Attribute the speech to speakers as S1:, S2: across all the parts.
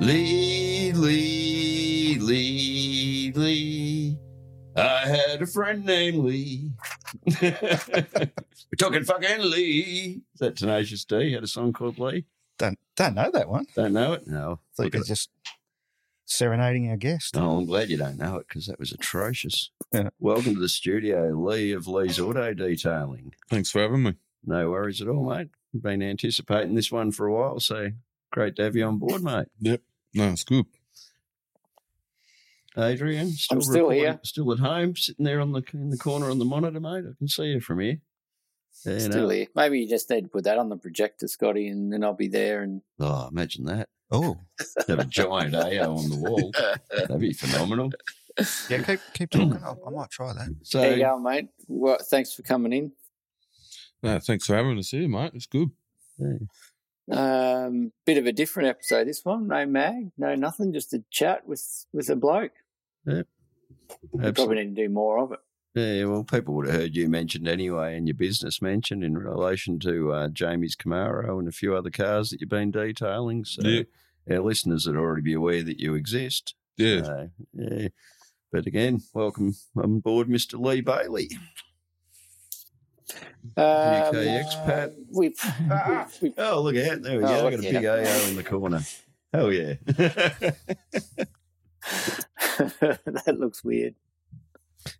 S1: Lee, Lee, Lee, Lee. I had a friend named Lee. We're talking fucking Lee. Is that Tenacious D? Had a song called Lee?
S2: Don't don't know that one.
S1: Don't know it? No.
S2: I thought you were just serenading our guest.
S1: Oh, I'm glad you don't know it because that was atrocious.
S2: Yeah.
S1: Welcome to the studio, Lee of Lee's Auto Detailing.
S3: Thanks for having me.
S1: No worries at all, mate. Been anticipating this one for a while, so great to have you on board, mate.
S3: No, it's good.
S1: Adrian, still
S4: I'm still
S1: recording-
S4: here.
S1: still at home, sitting there on the in the corner on the monitor, mate. I can see you from here. uh, Yeah,
S4: Still
S1: no.
S4: here. Maybe you just need to put that on the projector, Scotty, and then I'll be there. And
S1: Oh, imagine that.
S2: Oh,
S1: Have a giant AO on the wall. That'd be phenomenal.
S2: yeah. Keep keep talking. I, I might try that.
S1: So,
S4: there you go, mate. Well, thanks for coming in.
S3: No, thanks for having us here, mate. It's good.
S4: Um, bit of a different episode this one. No mag, no nothing. Just a chat with with a bloke. We
S1: absolutely.
S4: probably need to do more of it.
S1: Yeah, well, people would have heard you mentioned anyway, and your business mentioned in relation to uh, Jamie's Camaro and a few other cars that you've been detailing. So
S3: Yeah.
S1: our listeners would already be aware that you exist.
S3: Yeah.
S1: So, yeah. But again, welcome on board, Mr. Lee Bailey.
S4: Um,
S1: UK expat.
S4: We, we, we
S1: Oh, look at that. There we
S4: Oh,
S1: go. I
S4: look
S1: got a
S4: at
S1: big
S4: that.
S1: AO in the corner. Oh, yeah.
S4: that looks weird.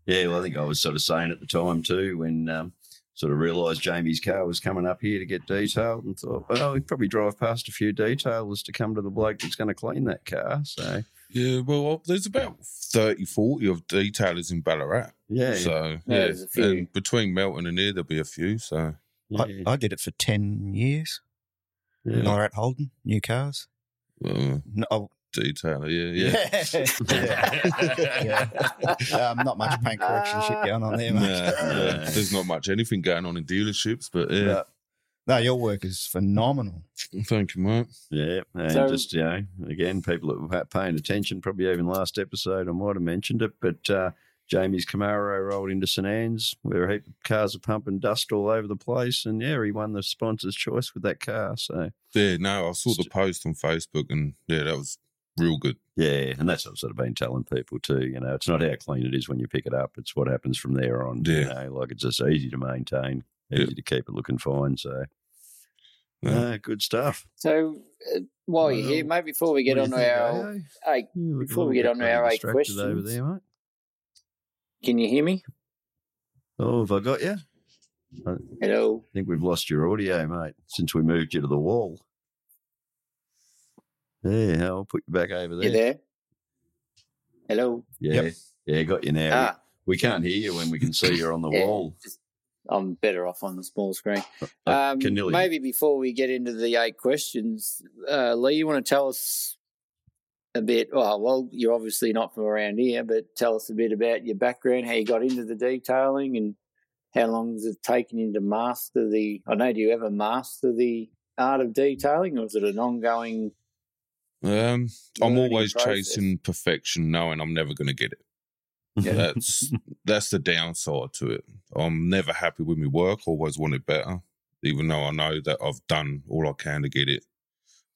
S1: yeah, well, I think I was sort of saying at the time too when um, sort of realised Jamie's car was coming up here to get detailed and thought, well, we'd probably drive past a few detailers to come to the bloke that's going to clean that car. So,
S3: Yeah, well, uh, there's about 30, 40 of detailers in Ballarat.
S1: yeah.
S3: So,
S4: Yeah,
S3: yeah.
S4: there's a few.
S3: And between Melton and here, there'll be a few. So,
S1: yeah,
S2: I, I did it for ten years.
S1: yeah.
S2: When I were at Holden, new cars.
S3: uh,
S2: No, oh,
S3: detailer, yeah, yeah.
S2: yeah. Um, not much paint correction shit going on there,
S3: Nah,
S2: mate.
S3: nah, there's not much anything going on in dealerships, but yeah.
S2: No, your work is phenomenal.
S3: Thank you, mate.
S1: Yeah, and
S4: So-
S1: just you know, again, people that were pa- paying attention, probably even last episode, I might have mentioned it, but uh, Jamie's Camaro rolled into St Anne's, where a heap of cars are pumping dust all over the place, and yeah, he won the sponsor's choice with that car. So
S3: Yeah, no, I saw the post on Facebook and yeah, that was real good.
S1: yeah, and that's what I've sort of been telling people too. You know, it's not how clean it is when you pick it up; it's what happens from there on. You
S3: Yeah.
S1: know, like it's just easy to maintain,
S3: Yeah.
S1: easy to keep it looking fine. So
S3: Yeah.
S1: uh, good stuff.
S4: So uh, while you're
S1: Well,
S4: here, mate, before we get
S1: What do
S4: on
S1: you
S4: to
S1: think,
S4: our
S1: AO?
S4: eight,
S1: You look a
S4: before
S1: little
S4: we get
S1: bit
S4: on to our eight
S1: distracted over
S4: questions-
S1: there, mate.
S4: can you hear me?
S1: Oh, have I got you?
S4: Hello.
S1: I think we've lost your audio, mate, since we moved you to the wall. Yeah, I'll put you back over there.
S4: You there? Hello.
S1: Yeah, yeah, got you now.
S4: Ah,
S1: We can't hear you when we can see you're on the
S4: Yeah.
S1: wall.
S4: I'm better off on the small screen.
S1: I
S4: Um,
S1: can nearly-
S4: maybe before we get into the eight questions, uh, Lee, you want to tell us a bit? Oh, well, you're obviously not from around here, but tell us a bit about your background, how you got into the detailing, and how long has it taken you to master the? I know, do you ever master the art of detailing, or is it an ongoing?
S3: Um, I'm
S4: learning
S3: always
S4: process?
S3: chasing perfection, knowing I'm never going to get it.
S1: Yeah.
S3: That's that's the downside to it. I'm never happy with my work. Always want it better, even though I know that I've done all I can to get it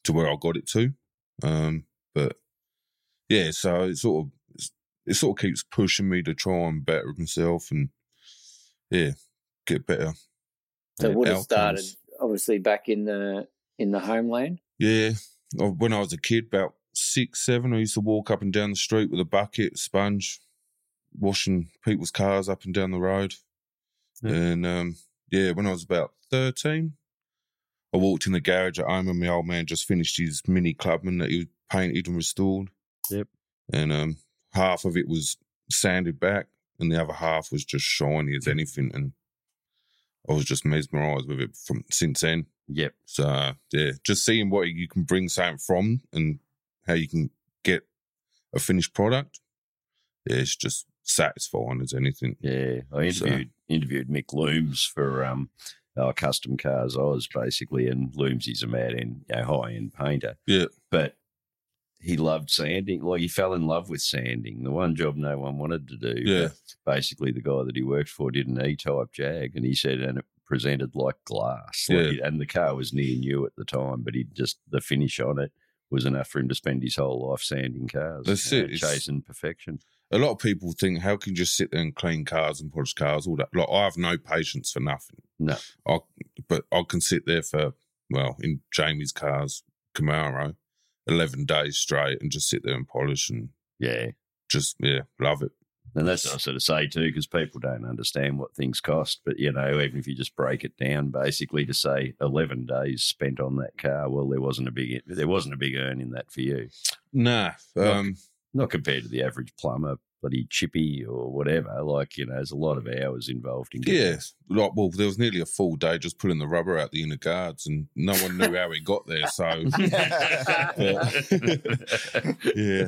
S3: to where I got it to. Um, but yeah, so it sort of it's- it sort of keeps pushing me to try and better myself and yeah, get better.
S4: So it would have
S3: outcomes.
S4: started obviously back in the in the homeland.
S3: Yeah. Uh, When I was a kid, about six, seven, I used to walk up and down the street with a bucket, sponge, washing people's cars up and down the road.
S1: Yeah.
S3: And um, yeah, when I was about 13, I walked in the garage at home and my old man just finished his mini clubman that he painted and restored.
S1: Yep.
S3: And um, half of it was sanded back and the other half was just shiny as anything. And I was just mesmerized with it from since then.
S1: Yep.
S3: So yeah, just seeing what you can bring something from and how you can get a finished product. Yeah, it's just satisfying as anything.
S1: Yeah, I
S3: So-
S1: interviewed interviewed Mick Looms for um, our custom cars Oz basically, and Looms is a mad end, you know, high end painter.
S3: Yeah.
S1: but he loved sanding. Like he fell in love with sanding. The one job no one wanted to do.
S3: Yeah.
S1: but basically the guy that he worked for did an E type Jag, and he said, and it presented like glass. Like,
S3: Yeah.
S1: and the car was near new at the time, but he just the finish on it was enough for him to spend his whole life sanding cars,
S3: That's it, it's-
S1: chasing perfection.
S3: A lot of people think, how can you just sit there and clean cars and polish cars, all that? Like, I have no patience for nothing.
S1: No.
S3: I, but I can sit there for, well, in Jamie's car's Camaro, 11 days straight and just sit there and polish and
S1: Yeah,
S3: just, yeah, love it.
S1: And that's what I sort of say too, because people don't understand what things cost. But you know, even if you just break it down, basically to say eleven days spent on that car, well, there wasn't a big e, there wasn't a big earn in that for you.
S3: Nah. Um,
S1: Not compared to the average plumber, bloody chippy or whatever. Like you know, there's a lot of hours involved in. getting-
S3: yeah. Like, well, there was nearly a full day just pulling the rubber out the inner guards and no one knew how it got there. So, yeah.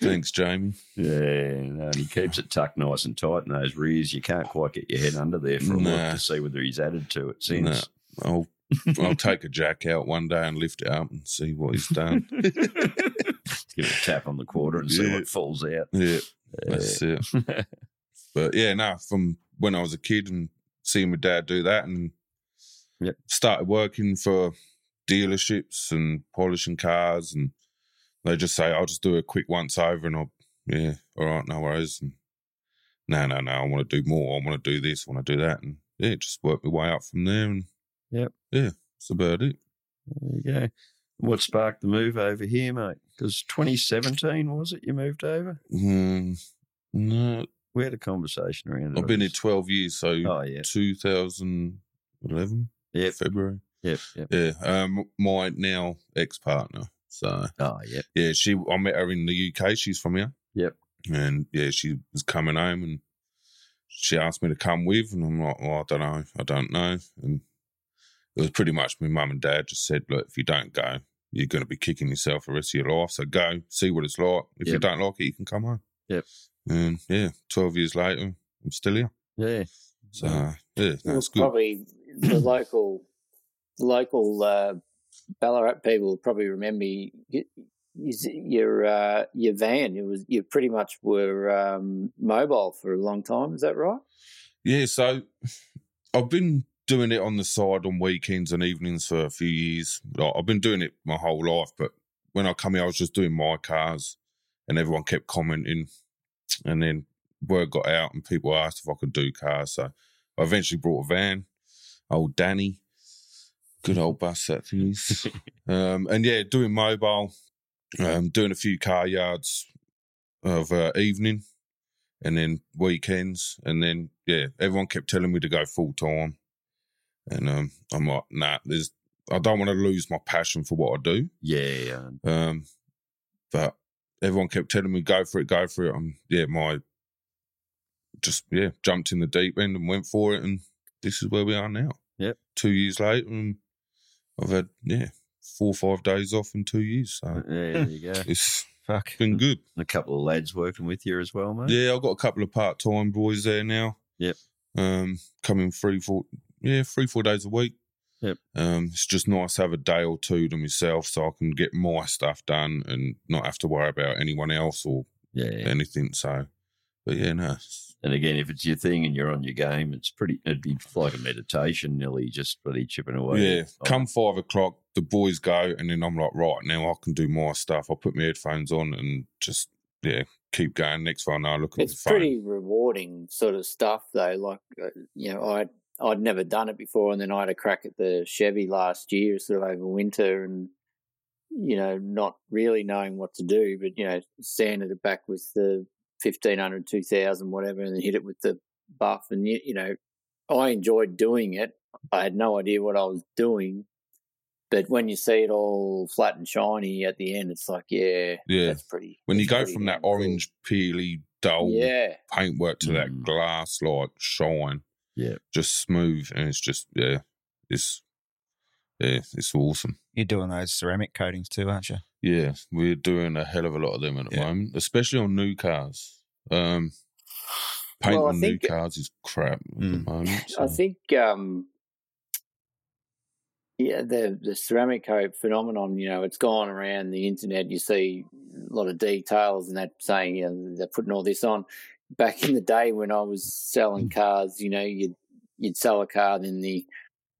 S3: Thanks, Jamie.
S1: Yeah, no, and he keeps it tucked nice and tight in those rears. You can't quite get your head under there for a
S3: Nah.
S1: look to see whether he's added to it since.
S3: Nah. I'll I'll take a jack out one day and lift it up and see what he's done.
S1: Give it a tap on the quarter and see
S3: Yeah.
S1: what falls out.
S3: yeah,
S1: Yeah.
S3: that's it. But yeah, no, from when I was a kid and seeing my dad do that and
S1: Yep.
S3: started working for dealerships and polishing cars and they just say, I'll just do a quick once over and I'll yeah, all right, no worries. And no, no, no, I want to do more. I want to do this, I want to do that. And yeah, just work my way up from there and
S1: Yep.
S3: Yeah, that's about it.
S1: There you go. What sparked the move over here, mate? Because 2017 was it you moved over?
S3: Mm, no,
S1: We had a conversation around it.
S3: I've been here 12 years, so
S1: Oh yeah,
S3: 2011,
S1: Oh, yep,
S3: February.
S1: yep, yep.
S3: Yeah, um, my now ex partner. So,
S1: Oh yep,
S3: yeah, she, I met her in the UK. She's from here.
S1: Yep.
S3: And yeah, she was coming home and she asked me to come with, and I'm like, well, I don't know. I don't know. And it was pretty much my mum and dad just said, look, if you don't go, you're going to be kicking yourself the rest of your life. So go, see what it's like. If you
S1: Yep.
S3: don't like it, you can come home.
S1: Yep.
S3: And yeah, 12 years later, I'm still here.
S1: yeah.
S3: So yeah,
S4: Well,
S3: that's good.
S4: Probably the local local uh, Ballarat people probably remember you, you- your uh, your van. It was you pretty much were um, mobile for a long time. Is that right?
S3: Yeah, so I've been doing it on the side on weekends and evenings for a few years. Like, I've been doing it my whole life, but when I come here, I was just doing my cars, and everyone kept commenting. And then word got out, and people asked if I could do cars. So I eventually brought a van, old Danny, good old bus that thing is. um, and yeah, doing mobile, um, doing a few car yards of uh, evening and then weekends, and then yeah, everyone kept telling me to go full time, and um, I'm like, nah, there's, I don't want to lose my passion for what I do,
S1: Yeah, uh,
S3: um, but everyone kept telling me go for it, go for it. I'm yeah, my just yeah, jumped in the deep end and went for it, and this is where we are now.
S1: Yep.
S3: two years later, and I've had yeah, four or five days off in two years, so
S1: yeah, there you go.
S3: it's
S2: Fuck.
S3: been good.
S1: A couple of lads working with you as well, mate.
S3: Yeah, I've got a couple of part time boys there now.
S1: Yep.
S3: Um, coming three, four, yeah, three, four days a week.
S1: Yep.
S3: Um, it's just nice to have a day or two to myself so I can get my stuff done and not have to worry about anyone else or
S1: Yeah.
S3: anything. So, but yeah, no, it's-
S1: And again, if it's your thing and you're on your game, it's pretty. It'd be like a meditation, nearly just bloody chipping away.
S3: yeah. Come five o'clock, the boys go, and then I'm like, right now I can do my stuff. I put my headphones on and just yeah, keep going. Next one, I look at
S4: It's
S3: the phone.
S4: pretty rewarding sort of stuff, though. Like uh, you know, I I'd never done it before, and then I had a crack at the Chevy last year, sort of over winter, and you know, not really knowing what to do, but you know, sanded it back with the 1500, 2000, whatever, and then hit it with the buff, and you, you know, I enjoyed doing it. I had no idea what I was doing, but when you see it all flat and shiny at the end, it's like, yeah,
S3: Yeah.
S4: that's pretty.
S3: when you
S4: that's
S3: go
S4: pretty
S3: from that
S4: damn cool.
S3: orange, peely, dull,
S4: yeah.
S3: paintwork to that
S1: Mm.
S3: glass like shine.
S1: Yeah.
S3: Just smooth and it's just yeah, it's yeah, it's awesome.
S2: You're doing those ceramic coatings too, aren't you?
S3: Yeah, we're doing a hell of a lot of them at the
S2: Yeah.
S3: moment, especially on new cars. Um paint
S4: Well, I
S3: on
S4: think-
S3: new cars is crap at
S2: Mm.
S3: the moment. so-
S4: I think um yeah, the the ceramic coat phenomenon, you know, it's gone around the internet. You see a lot of details and that saying, you know, they're putting all this on. Back in the day when I was selling cars, you know, you'd you'd sell a car, then the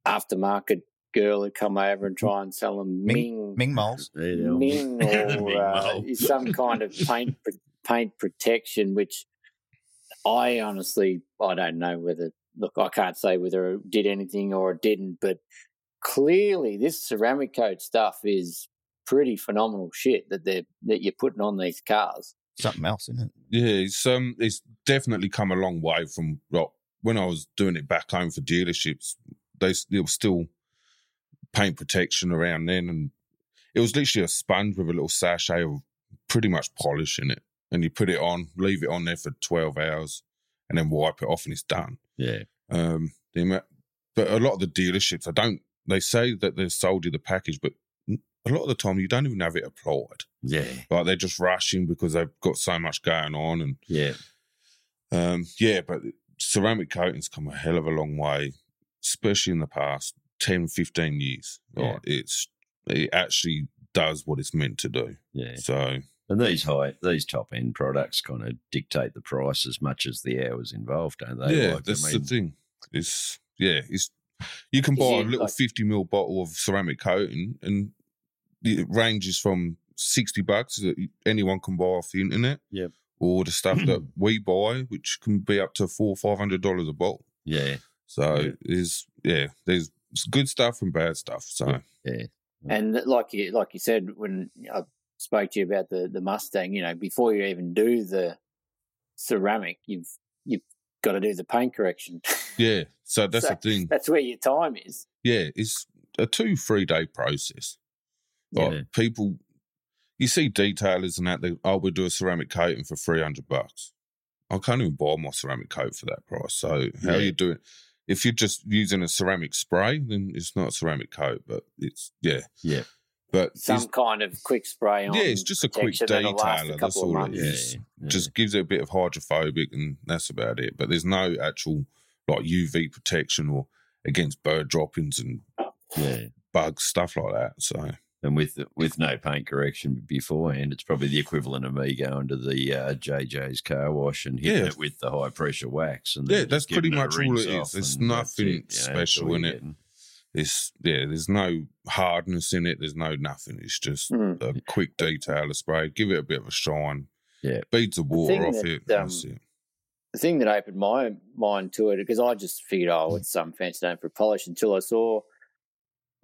S4: aftermarket girl would come over and try and sell them Ming
S2: Ming moles.
S1: Yeah.
S4: Ming or
S5: Ming
S4: uh,
S5: Mole.
S4: some kind of paint pr- paint protection, which I honestly I don't know whether look I can't say whether it did anything or it didn't, but clearly this ceramic coat stuff is pretty phenomenal shit that they're that you're putting on these cars.
S2: Something else, isn't it?
S3: Yeah, it's um, it's definitely come a long way from like, when I was doing it back home for dealerships. They s- there was still paint protection around then, and it was literally a sponge with a little sachet of pretty much polish in it, and you put it on, leave it on there for twelve hours, and then wipe it off, and it's done.
S1: Yeah.
S3: Um, the amount, but a lot of the dealerships, I don't. They say that they've sold you the package, but a lot of the time you don't even have it applied.
S1: Yeah.
S3: Like they're just rushing because they've got so much going on, and
S1: Yeah.
S3: um, yeah, but ceramic coating's come a hell of a long way, especially in the past 10, 15 years.
S1: Yeah.
S3: Like, it's it actually does what it's meant to do.
S1: Yeah.
S3: So
S1: And these high, these top end products kind of dictate the price as much as the hours involved, don't they?
S3: yeah,
S1: Like, I
S3: that's
S1: mean,
S3: the thing. It's yeah, it's you can
S4: Is
S3: buy
S4: it
S3: a little
S4: like-
S3: fifty mil bottle of ceramic coating, and it ranges from sixty bucks that anyone can buy off the internet.
S1: Yep.
S3: Or the stuff that we buy, which can be up to four or five hundred dollars a bottle.
S1: Yeah.
S3: So
S1: Yeah.
S3: there's yeah, there's good stuff and bad stuff. So
S1: Yeah.
S4: And like you like you said when I spoke to you about the the Mustang, you know, before you even do the ceramic, you've you've got to do the paint correction.
S3: yeah, so that's
S4: So-
S3: the thing.
S4: That's where your time is.
S3: Yeah, it's a two three day process. Like
S1: Yeah.
S3: people, you see detailers and that. They oh, we do a ceramic coating for three hundred bucks. I can't even buy my ceramic coat for that price. So how
S1: Yeah.
S3: you do it? If you're just using a ceramic spray, then it's not a ceramic coat, but it's yeah,
S1: Yeah.
S3: But it's-
S4: Some kind of quick spray on.
S3: yeah, it's just a quick
S4: protection that'll last a
S3: detailer. That's
S4: couple
S3: all
S4: of
S3: it
S4: months.
S1: Yeah.
S3: is.
S1: yeah.
S3: just gives it a bit of hydrophobic and that's about it but there's no actual like uv protection or against bird droppings and
S1: yeah.
S3: bugs stuff like that so
S1: And with with no paint correction beforehand, it's probably the equivalent of me going to the uh, JJ's car wash and hitting
S3: Yeah.
S1: it with the high pressure wax. And
S3: Yeah,
S1: then
S3: that's
S1: giving
S3: pretty
S1: a
S3: much all
S1: rinse
S3: it is.
S1: off
S3: It's
S1: and that's
S3: nothing
S1: that's
S3: special
S1: all
S3: in
S1: you're
S3: it.
S1: getting.
S3: it's yeah there's no hardness in it there's no nothing it's just
S4: Mm.
S3: a quick detailer spray give it a bit of a shine
S1: Yeah.
S3: beads of
S4: thing
S3: water off
S4: that,
S3: it and
S4: um,
S3: that's it
S4: The thing that opened my mind to it because I just figured, oh, it's some fancy name for polish until I saw.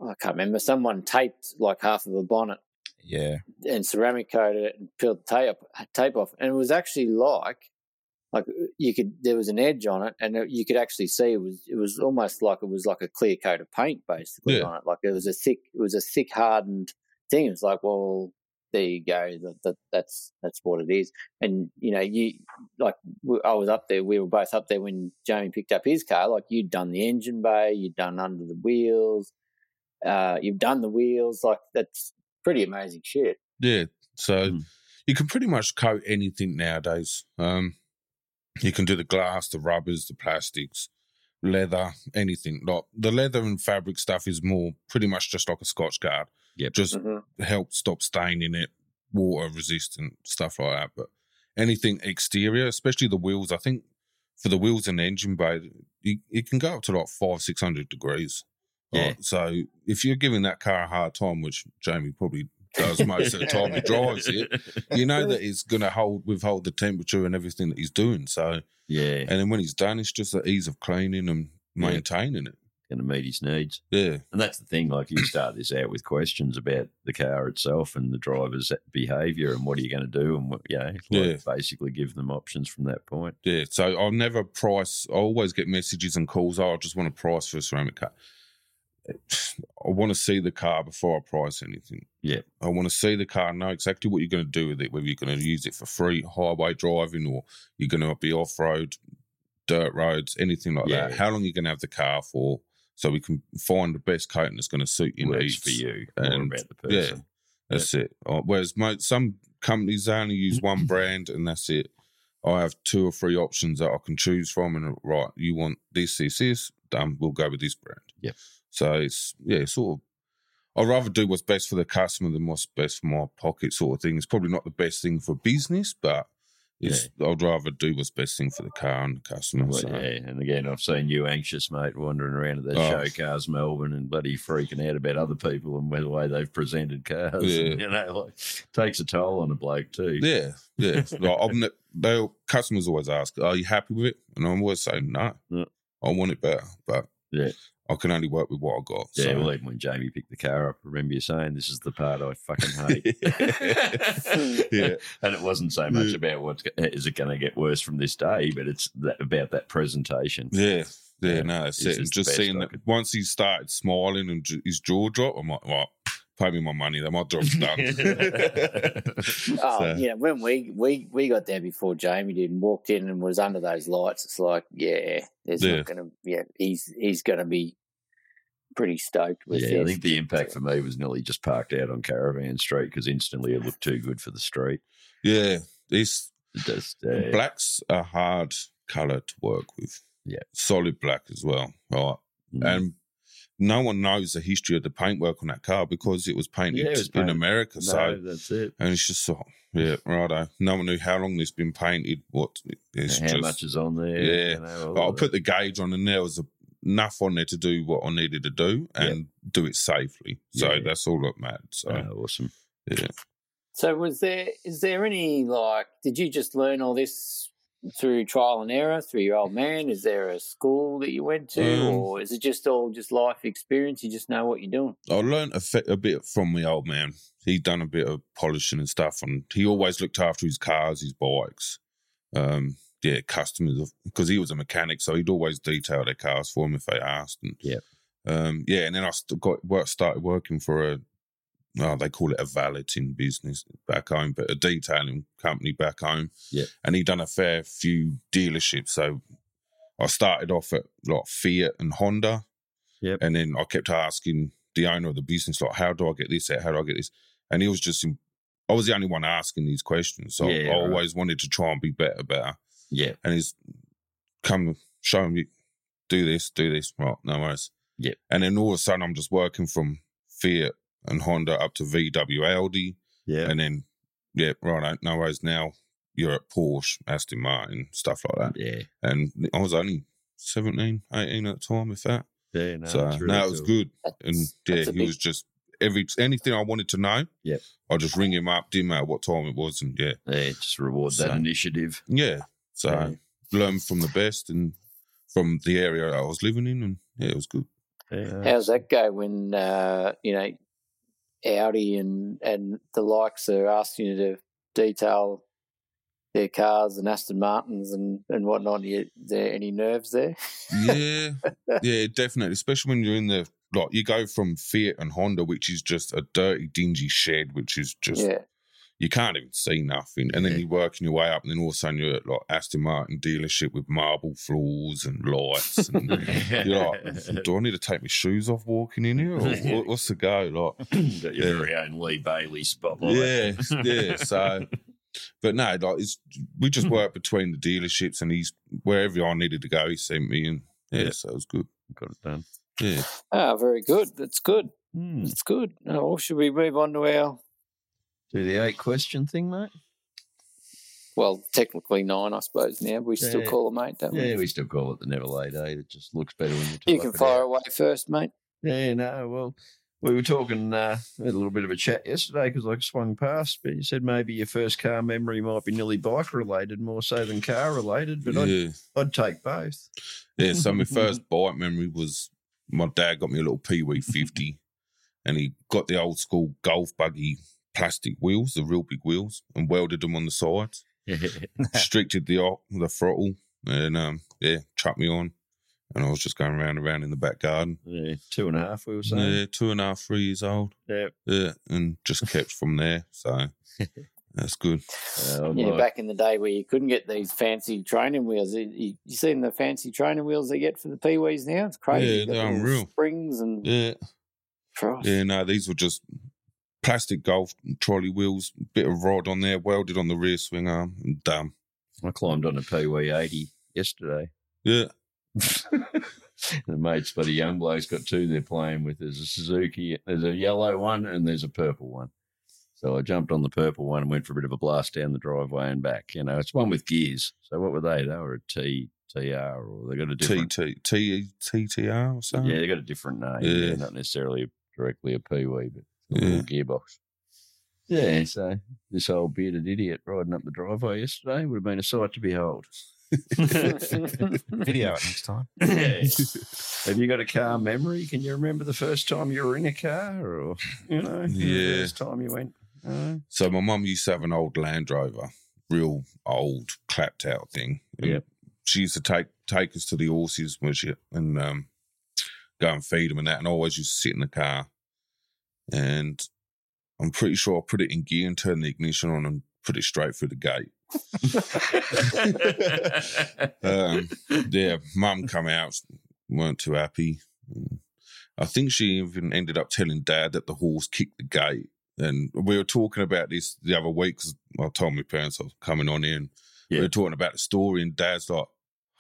S4: I can't remember. Someone taped like half of a bonnet
S2: Yeah.
S4: and ceramic coated it and peeled tape tape off, and it was actually like like you could there was an edge on it, and you could actually see it was it was almost like it was like a clear coat of paint basically
S3: Yeah.
S4: on it. Like it was a thick it was a thick hardened thing. It's like well. There you go. That, that, that's that's what it is. And you know, you like we- I was up there. We were both up there when Jamie picked up his car. Like you'd done the engine bay, you'd done under the wheels, uh, you've done the wheels. Like that's pretty amazing shit.
S3: Yeah. So
S1: Mm.
S3: you can pretty much coat anything nowadays. Um, you can do the glass, the rubbers, the plastics, leather, anything. Like the leather and fabric stuff is more pretty much just like a Scotch guard.
S1: Yep.
S3: Just
S4: Mhm.
S3: help stop staining it, water resistant stuff like that. But anything exterior, especially the wheels, I think for the wheels and engine bay, you, it can go up to like five, six hundred degrees.
S1: Yeah.
S3: Like, so if you're giving that car a hard time, which Jamie probably does most of the time he drives it, you know that it's going to hold withhold the temperature and everything that he's doing. So
S1: Yeah,
S3: and then when he's done, it's just the ease of cleaning and
S1: Yeah.
S3: maintaining it.
S1: going to meet his needs.
S3: Yeah,
S1: And that's the thing. Like you start this out with questions about the car itself and the driver's behaviour and what are you going to do and what, you know, like
S3: Yeah.
S1: basically give them options from that point.
S3: yeah. So I'll never price. I always get messages and calls. Oh, I just want a price for a ceramic car. I want to see the car before I price anything.
S1: Yeah.
S3: I want to see the car, know exactly what you're going to do with it, whether you're going to use it for free highway driving or you're going to be off road, dirt roads, anything like that.
S1: Yeah.
S3: How long you're going to have the car for, so we can find the best coating that's going to suit you
S1: Works
S3: needs
S1: for you, more
S3: and-
S1: about the
S3: yeah.
S1: person.
S3: That's it. Uh, Whereas most, some companies they only use one brand and that's it. I have two or three options that I can choose from, and right, you want this, this, this, done. We'll go with this brand.
S1: Yep.
S3: So it's yeah, it's sort of. I'd rather do what's best for the customer than what's best for my pocket, sort of thing. It's probably not the best thing for business, but It's, I'd rather do what's best thing for the car and the customer.
S1: Well,
S3: so.
S1: yeah, and again, I've seen you anxious, mate, wandering around at their
S3: Oh.
S1: show cars, Melbourne, and bloody freaking out about other people and the way they've presented cars.
S3: Yeah.
S1: you know, like, takes a toll on a bloke too.
S3: Yeah, yeah. like, I'm ne- they'll, customers always ask, "Are you happy with it?" And I'm always saying, "No,
S1: Yeah.
S3: I want it better." But
S1: Yeah.
S3: I can only work with what I got.
S1: Yeah,
S3: so.
S1: well, even when Jamie picked the car up, I remember you saying, "This is the part I fucking hate."
S3: yeah,
S1: and it wasn't so much about what's go- is it going to get worse from this day, but it's that, about that presentation.
S3: yeah, yeah,
S1: Yeah.
S3: No, that's
S1: It's
S3: it. And
S1: just the
S3: just
S1: best
S3: seeing
S1: I
S3: that
S1: could-
S3: once he started smiling and j- his jaw dropped, I'm like, "Well, pay me my money. Then my job's done."
S4: Oh,
S3: So-
S4: yeah. When we, we we got there before Jamie did and walked in and was under those lights, it's like, yeah, there's
S3: Yeah.
S4: not going to, yeah, he's he's going to be pretty stoked with
S1: Yeah, I
S4: this.
S1: think the impact for me was nearly just parked out on Caravan Street because instantly it looked too good for the street.
S3: yeah, this
S1: It Just, uh,
S3: Black's a hard color to work with.
S1: Yeah.
S3: Solid black as well. Right.
S1: mm.
S3: And no one knows the history of the paintwork on that car because it was painted
S1: Yeah, it was
S3: in
S1: painted.
S3: America.
S1: no,
S3: So,
S1: that's it.
S3: and it's just, so yeah, righto. No one knew how long this been painted. What it's
S1: how
S3: just.
S1: much is on there?
S3: yeah.
S1: you know, all
S3: I
S1: of
S3: put
S1: that.
S3: the gauge on, and there was a, enough on there to do what I needed to do and do it safely. So
S1: Yeah.
S3: that's all that mattered. So
S1: Oh, awesome.
S3: yeah,
S4: So was there is there any like did you just learn all this through trial and error through your old man? Is there a school that you went to,
S3: Um,
S4: or is it just all just life experience? You just know what you're doing.
S3: I learned a, fe- a bit from the old man. He done a bit of polishing and stuff, and he always looked after his cars, his bikes. Um, yeah, customers because he was a mechanic, so he'd always detail their cars for them if they asked. And
S1: Yep.
S3: um, yeah, and then I st- got work, started working for a oh they call it a valeting business back home, but a detailing company back home.
S1: Yep.
S3: and he done a fair few dealerships. So I started off at like Fiat and Honda.
S1: Yep.
S3: And then I kept asking the owner of the business, like, how do I get this out? How do I get this? And he was just, in, I was the only one asking these questions. So
S1: Yeah,
S3: I
S1: right.
S3: always wanted to try and be better, better.
S1: Yeah,
S3: And he's come, show me, do this, do this. Right, no worries.
S1: Yep.
S3: And then all of a sudden, I'm just working from Fiat and Honda up to VW Audi.
S1: yeah,
S3: And then, yeah, right, no worries. Now you're at Porsche, Aston Martin, stuff like that
S1: yeah,
S3: and I was only 17, 18 at the time, if that.
S1: yeah. No,
S3: so
S1: it's really
S3: no, it was
S1: cool.
S3: good, and
S4: That's-
S3: yeah,
S4: that's
S3: he
S4: a big-
S3: was just every anything I wanted to know.
S1: Yep.
S3: I just ring him up, didn't matter what time it was, and yeah,
S1: Yeah, just reward that
S3: So-
S1: initiative.
S3: yeah. So
S1: Yeah.
S3: learn from the best and from the area I was living in, and yeah, it was good.
S1: Yeah.
S4: How's that go when uh, you know Audi and and the likes are asking you to detail their cars and Aston Martins and and whatnot? You, there any nerves there?
S3: Yeah, yeah, definitely. Especially when you're in the like, you go from Fiat and Honda, which is just a dirty, dingy shed, which is just
S4: yeah,
S3: you can't even see nothing. And
S1: Yeah.
S3: then you're working your way up, and then all of a sudden you're at like Aston Martin dealership with marble floors and lights. And you're like, do I need to take my shoes off walking in here? Or what- what's the go? Like,
S1: Got your
S3: Yeah.
S1: very own Lee Bailey spotlight.
S3: yeah, yeah. So, but no, like it's we just work between the dealerships, and he's wherever I needed to go, he sent me, and yeah,
S1: Yeah.
S3: so it was good.
S1: got it done.
S3: Yeah,
S4: ah, very good. That's good.
S1: Hmm.
S4: That's good. Oh, well, should we move on to our
S1: Do the eight question thing, mate.
S4: well, technically nine, I suppose now. We still
S1: Yeah.
S4: call them eight, don't
S1: Yeah,
S4: we?
S1: we still call it the Never Late Eight. It just looks better when you type
S4: You can
S1: it
S4: fire
S1: out.
S4: away first, mate.
S1: Yeah, no, well, we were talking, uh, we had a little bit of a chat yesterday because I swung past, but you said maybe your first car memory might be nearly bike related more so than car related, but I'd,
S3: yeah.
S1: I'd take both.
S3: Yeah, so my first bike memory was my dad got me a little Pee Wee 50 and he got the old school golf buggy plastic wheels, the real big wheels, and welded them on the sides, restricted the op- the throttle, and um, yeah, chucked me on. And I was just going round and round in the back garden.
S1: yeah, two and a half, we were saying.
S3: Yeah, two and a half, three years old.
S1: Yeah.
S3: Yeah, and just kept from there. So that's good.
S1: Uh,
S4: yeah,
S1: like-
S4: back in the day where you couldn't get these fancy training wheels. You, you, you seen the fancy training wheels they get for the peewees now? It's crazy.
S3: Yeah,
S4: You've got
S3: they're
S4: little
S3: unreal.
S4: Springs and
S3: Yeah,
S4: Christ.
S3: Yeah, no, these were just plastic golf trolley wheels, bit of rod on there, welded on the rear swing arm, and damn.
S1: I climbed on a Pee Wee 80 yesterday.
S3: Yeah,
S1: the mates, but a young bloke's got two they're playing with. There's a Suzuki, there's a yellow one, and there's a purple one. So I jumped on the purple one and went for a bit of a blast down the driveway and back. You know, it's one with gears. So what were they? They were a T TR or they got a
S3: T
S1: different.
S3: T T T T R or something.
S1: yeah, they got a different name.
S3: Yeah.
S1: Yeah, not necessarily directly a Pee-wee, but a
S3: Yeah.
S1: little gearbox. Yeah, so this old bearded idiot riding up the driveway yesterday would have been a sight to behold.
S2: Video it next time.
S1: Have you got a car memory? Can you remember the first time you were in a car, or you know, the
S3: Yeah.
S1: first time you went? Uh,
S3: So my mum used to have an old Land Rover, real old clapped out thing. And
S1: Yep.
S3: She used to take take us to the horses when she and um, go and feed them and that, and I always used to sit in the car. And I'm pretty sure I put it in gear and turned the ignition on and put it straight through the gate. Um, yeah, mum come out, weren't too happy. I think she even ended up telling dad that the horse kicked the gate. And we were talking about this the other week 'cause I told my parents I was coming on in. We
S1: Yeah.
S3: were talking about the story, and dad's like,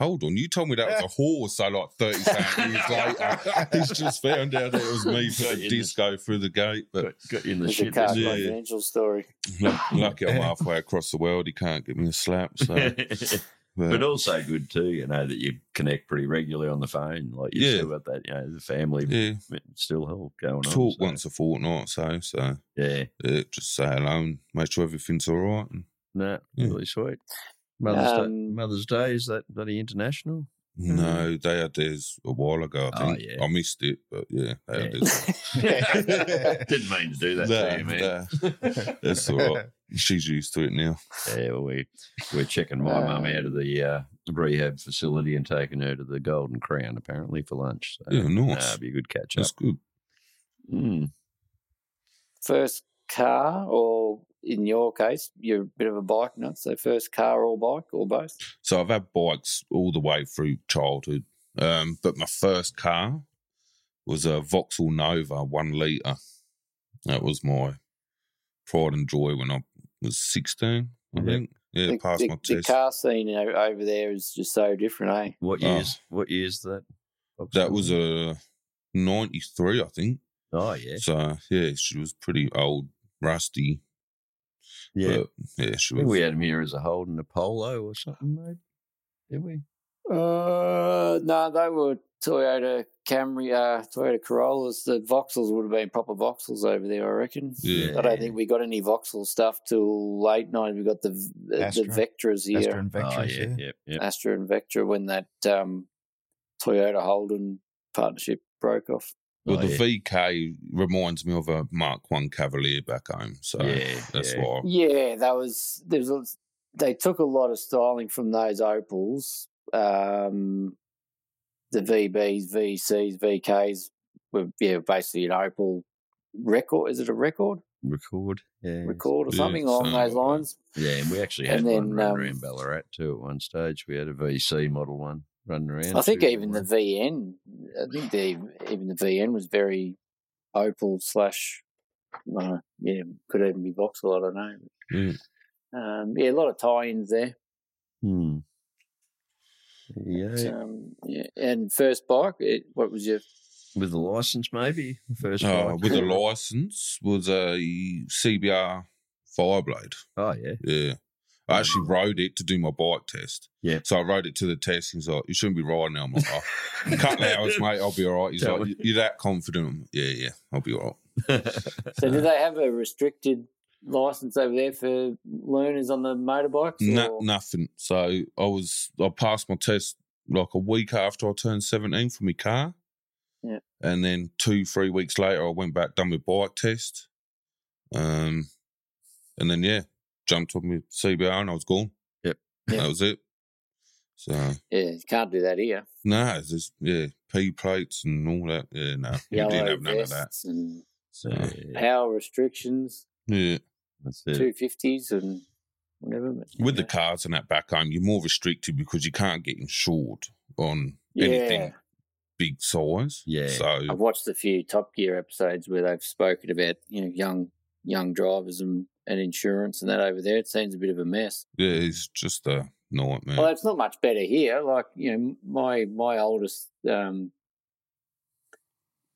S3: Hold on, you told me that was a horse. So, like 30 something years later, he's just found out that it was me for the disco through the gate. But
S1: got, got you in the
S4: It's a
S1: shit.
S4: car
S1: this
S3: Yeah.
S4: confidential story.
S3: luck- lucky I'm halfway across the world, he can't give me a slap. So,
S1: week.
S3: but-
S1: but also good too, you know, that you connect pretty regularly on the phone, like you
S3: Yeah.
S1: still got that, you know, the family
S3: yeah,
S1: still help going on.
S3: talk
S1: so,
S3: once a fortnight, so, so.
S1: yeah,
S3: Yeah, just say hello and make sure everything's all right. And,
S1: no,
S3: Yeah.
S1: really sweet. Mother's Day,
S4: Um,
S1: Mother's Day is that bloody international?
S3: No, they had theirs a while ago. I
S1: Hmm. Oh,
S3: think
S1: yeah.
S3: I missed it, but yeah, they had
S1: Yeah.
S3: theirs.
S1: Didn't mean to do that
S3: Nah,
S1: to you, man.
S3: nah, that's all right. She's used to it now.
S1: Yeah, well, we we're checking my mum out of the uh, rehab facility and taking her to the Golden Crown apparently for lunch. So,
S3: Yeah, nice.
S1: nah, it'd be a good catch up.
S3: That's good.
S1: Mm.
S4: First car, or in your case, you're a bit of a bike nut. So first car or bike or both.
S3: So I've had bikes all the way through childhood, um, but my first car was a Vauxhall Nova one liter. That was my pride and joy when I was sixteen. I
S1: Yep.
S3: think yeah,
S4: the,
S3: passed
S4: the-
S3: my
S4: the
S3: test.
S4: car scene o- over there is just so different, eh?
S1: What
S3: Oh.
S1: years? What years that?
S3: that was a ninety three, I think.
S1: oh yeah,
S3: So yeah, she was pretty old, rusty.
S1: yeah.
S3: But yeah, she
S1: I think
S3: was.
S1: we had him here as a Holden a Polo or something, mate. Did we?
S4: Uh, no, they were Toyota Camry, uh, Toyota Corollas. The Vauxhalls would have been proper Vauxhalls over there, I reckon.
S3: Yeah.
S4: I don't think we got any Vauxhall stuff till late night. We got the uh, the, the
S2: Astra.
S4: Vectras
S2: Astra
S4: here, Astra,
S2: and Vectras,
S1: oh yeah,
S2: yeah.
S1: yeah, yeah.
S4: and Vectra, when that um, Toyota Holden partnership broke off.
S3: Well,
S1: Oh,
S3: the
S1: yeah.
S3: VK reminds me of a Mark One Cavalier back home, so
S1: yeah,
S3: that's
S1: yeah.
S3: why.
S4: Yeah, that was there was a- they took a lot of styling from those Opals. Um, the VBs, VCs, VKs were yeah basically an Opal record. Is it a record?
S1: Record, yeah,
S4: Record or
S3: Yeah,
S4: something along
S3: something like
S4: those
S3: that.
S4: lines.
S1: yeah. And we actually had
S4: And
S1: one
S4: then,
S1: run
S4: um,
S1: around Ballarat too. At one stage, we had a VC model one running around.
S4: I think
S1: too,
S4: even the
S1: didn't
S4: VN, I think the even the VN was very Opal slash. Uh, yeah, could even be Vauxhall. I don't know.
S3: Mm.
S4: Um, yeah, a lot of tie-ins there.
S1: we? Hmm. Yeah,
S4: Um, yeah. And first bike, it, what was your
S1: with the license, maybe the first.
S3: Uh,
S1: bike.
S3: with a license was a CBR Fireblade.
S1: Oh yeah,
S3: Yeah, I actually rode it to do my bike test.
S1: Yeah.
S3: so I rode it to the test. He's like, "You shouldn't be riding now." I'm like, oh, "Couple of hours, mate. I'll be all right." He's
S1: That
S3: like,
S1: was-
S3: "You- "You're that confident?" I'm, yeah, yeah, I'll be all right. Uh,
S4: So, do they have a restricted license over there for learners on the motorbikes?
S3: No,
S4: or-
S3: nothing. So I was I passed my test like a week after I turned seventeen for my car.
S4: Yeah.
S3: And then two, three weeks later I went back, done my bike test. Um and then yeah, jumped on my CBR and I was gone.
S1: Yep.
S4: Yeah.
S3: That was it. So
S4: Yeah, you can't do that here.
S3: no, nah, it's just yeah, P plates and all that. Yeah, no. we
S4: Yellow
S3: didn't have none of that.
S4: vests And
S3: So
S1: Yeah,
S4: power restrictions,
S3: yeah.
S1: that's it.
S4: two fifties and whatever. but-
S3: With the cars and that back home, you're more restricted because you can't get insured on
S4: yeah,
S3: anything big size.
S1: Yeah.
S3: So
S4: I've watched a few Top Gear episodes where they've spoken about you know young young drivers and, and insurance and that over there. It seems a bit of a mess.
S3: Yeah, it's just a nightmare.
S4: Well, it's not much better here. Like you know, my my oldest, um,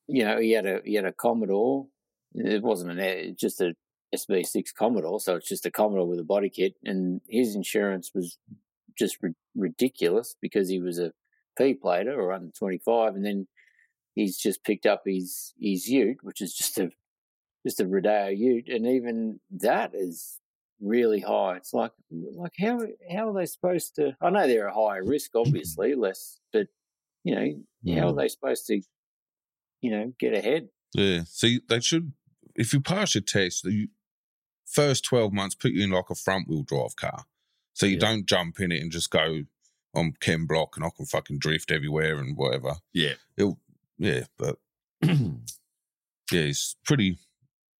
S4: you know, he had a he had a Commodore. It wasn't an air, it's just a SB6 Commodore, so it's just a Commodore with a body kit, and his insurance was just ri- ridiculous because he was a P plater or under 25, and then he's just picked up his his Ute, which is just a just a Rodeo Ute, and even that is really high. It's like like how how are they supposed to? I know they're a higher risk, obviously, less, but you know how are they supposed to? You know, get ahead.
S3: Yeah. See, they should. If you pass your test, the first twelve months put you in like a front wheel drive car, so you
S1: Yeah.
S3: don't jump in it and just go on Ken Block and I can fucking drift everywhere and whatever.
S1: Yeah.
S3: It'll, yeah, but
S1: yeah,
S3: yeah, it's pretty.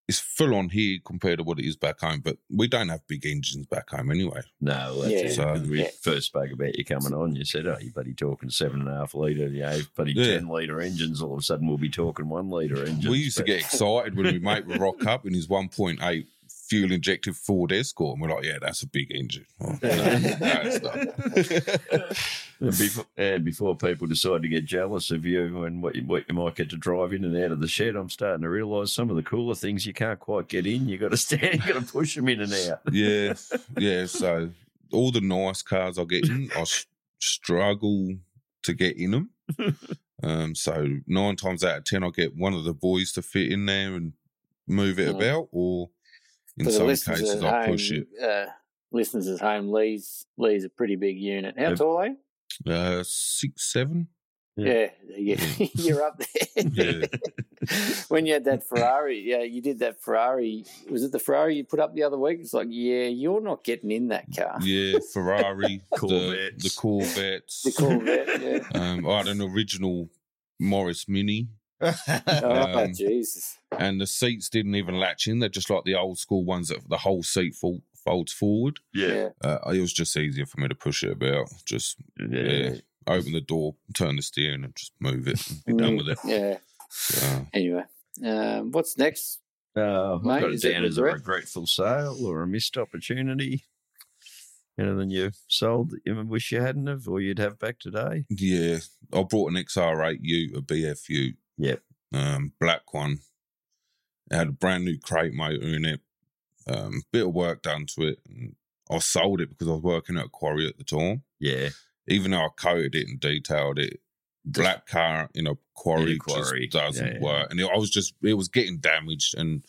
S3: It's full on here compared to what it is back home, but we don't have big engines back home anyway.
S1: No, that's
S4: Yeah.
S1: it.
S3: So-
S1: 'Cause we
S4: Yeah.
S1: first spoke about you coming on. You said, "Oh, you buddy, talking seven and a half liter, you know, buddy,
S3: Yeah.
S1: ten liter engines." All of a sudden, we'll be talking one liter engines.
S3: we used to
S1: but-
S3: get excited when we mate would rock up in his 1.8 fuel injected Ford Escort, and we're like, "Yeah, that's a big engine." Oh, no, no, it's not.
S1: And before, and before people decide to get jealous of you and what you, what you might get to drive in and out of the shed, I'm starting to realise some of the cooler things you can't quite get in. You got to stand, you got to push them in and out.
S3: yeah, yeah. So all the nice cars I get in, I s- struggle to get in them. Um, so nine times out of ten, I get one of the boys to fit in there and move it
S4: Mm.
S3: about, or in
S4: For the
S3: some
S4: listeners
S3: cases,
S4: at
S3: I
S4: home,
S3: push it.
S4: Uh, listeners at home, Lee's Lee's a pretty big unit. How
S1: Yeah.
S4: tall are you?
S3: Uh, six, seven.
S1: Yeah.
S4: Yeah, yeah, you're up there.
S3: Yeah.
S4: when you had that Ferrari, yeah, you did that Ferrari. Was it the Ferrari you put up the other week? It's like, yeah, you're not getting in that car.
S3: Yeah, Ferrari, the,
S1: Corvettes.
S3: the Corvettes.
S4: The Corvette, yeah.
S3: Um, I had an original Morris Mini,
S4: Oh,
S3: Um,
S4: Jesus.
S3: and the seats didn't even latch in. They're just like the old school ones that the whole seat fol- folds forward.
S4: Yeah.
S3: Uh, it was just easier for me to push it about. Just
S1: yeah.
S3: open the door, turn the steering, and just move it. And be done with it.
S4: mm, Yeah.
S3: So,
S4: Anyway, um, what's next?
S1: Uh, I've
S4: Mate,
S1: got it
S4: is it
S1: down as a
S4: regret?
S1: regretful sale or a missed opportunity. Anything you sold that you wish you hadn't have or you'd have back today?
S3: yeah, I brought an XR8U, a BFU.
S1: Yep.
S3: Um, black one. It had a brand new crate motor in it. Um, bit of work done to it. And I sold it because I was working at a quarry at the time.
S1: Yeah.
S3: even though I coated it and detailed it, black car in a quarry,
S1: In a quarry,
S3: just doesn't
S1: yeah, yeah.
S3: work. And it, I was just, it was getting damaged, and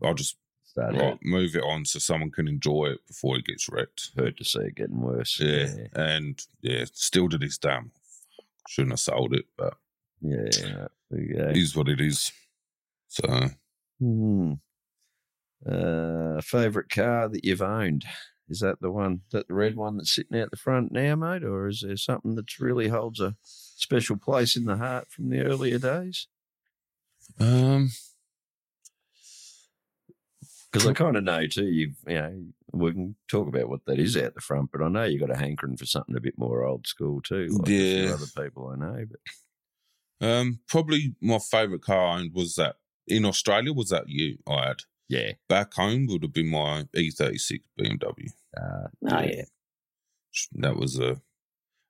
S3: I'll just
S1: Started
S3: right, move it on so someone can enjoy it before it gets wrecked.
S1: hurt to see it getting worse.
S3: Yeah, and yeah, still to this damn, shouldn't have sold it, but
S1: Yeah. yeah. There you go.
S3: it is what it is. So
S1: Hmm. Uh, favorite car that you've owned? Is that the one, that the red one that's sitting out the front now, mate? Or is there something that really holds a special place in the heart from the earlier days?
S3: um,
S1: Because I kind of know too. You've, you know, we can talk about what that is out the front, but I know you got a hankering for something a bit more old school too. Like a few
S3: Yeah.
S1: other people I know, but
S3: um, probably my favorite car I owned was that in Australia was that you I had.
S1: yeah,
S3: Back home would have been my E E36 BMW.
S1: uh,
S4: No,
S1: yeah.
S4: yeah.
S3: that was a.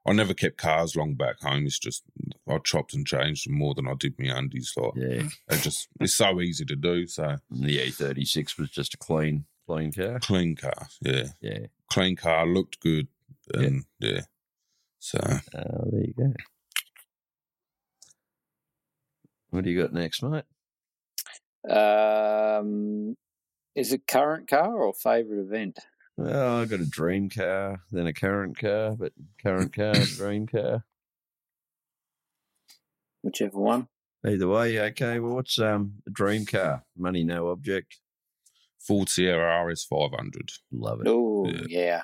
S3: I never kept cars long back home. It's just I chopped and changed them more than I did my undies. Like
S1: yeah,
S3: it just it's so easy to do. So
S1: And the A thirty six was just a clean, clean car.
S3: clean car, yeah,
S1: Yeah,
S3: clean car looked good, and yeah. So
S1: uh, there you go. What do you got next, mate?
S4: Um, is it current car or favourite event?
S1: Well, I got a dream car, then a current car, but current car, dream car.
S4: Whichever one.
S1: Either way, okay. Well, what's um a dream car? Money, no object.
S3: Ford Sierra RS five hundred,
S1: Love it.
S4: Oh,
S3: Yeah.
S4: yeah.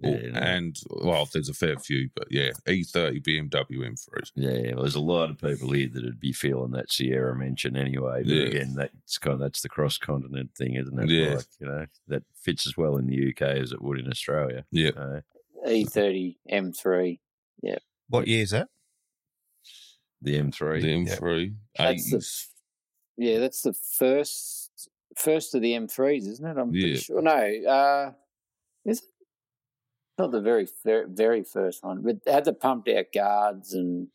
S1: Yeah, no.
S3: and well, there's a fair few, but yeah, E thirty BMW M3.
S1: Yeah, well, there's a lot of people here that'd be feeling that Sierra mention anyway. But
S3: Yeah.
S1: again, that's kind that's the cross continent thing, isn't it?
S3: Yeah.
S1: Like, you know, that fits as well in the UK as it would in Australia.
S3: Yeah,
S1: So,
S4: E E30 M3.
S2: what year is that?
S1: the
S3: the
S1: M3.
S3: M3.
S4: That's the-
S3: 80s.
S4: Yeah, that's the first first of the M3s, isn't it? I'm pretty
S3: Yeah.
S4: sure. No, uh, is it? Not the very fir- very first one, but it had the pumped out guards and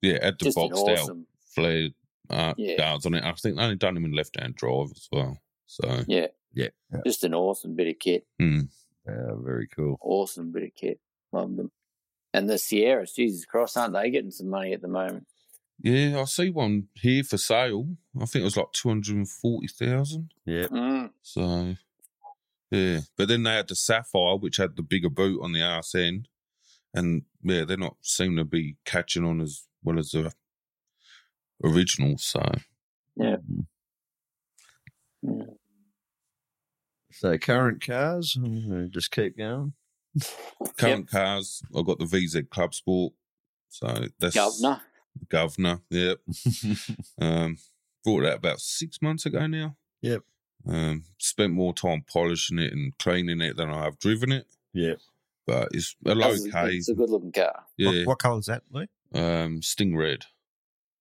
S3: yeah, at the
S4: just an
S3: boxed out
S4: awesome.
S3: flared uh,
S4: Yeah.
S3: guards on it. I think they only done them in left hand drive as well. So
S4: Yeah,
S1: Yeah.
S4: Just an awesome bit of kit.
S1: Uh, very cool.
S4: Awesome bit of kit. Love them. And the Sierras, Jesus Christ, aren't they getting some money at the moment?
S3: Yeah, I see one here for sale. I think it was like two hundred and forty thousand.
S1: Yeah.
S4: Mm.
S3: So yeah, but then they had the Sapphire, which had the bigger boot on the arse end, and yeah, they're not seem to be catching on as well as the original. So
S1: So current cars, I'm gonna just keep going.
S3: current cars, I got the VZ Club Sport. So that's
S4: Governor.
S3: Governor. Yep. Um, bought that about six months ago now.
S1: Yep.
S3: Um, spent more time polishing it and cleaning it than I have driven it.
S1: Yep.
S3: But it's a low
S4: That's a-
S3: K.
S4: It's a good looking car.
S3: Yeah.
S2: What, what colour is that, Lou?
S3: Um, Sting Red.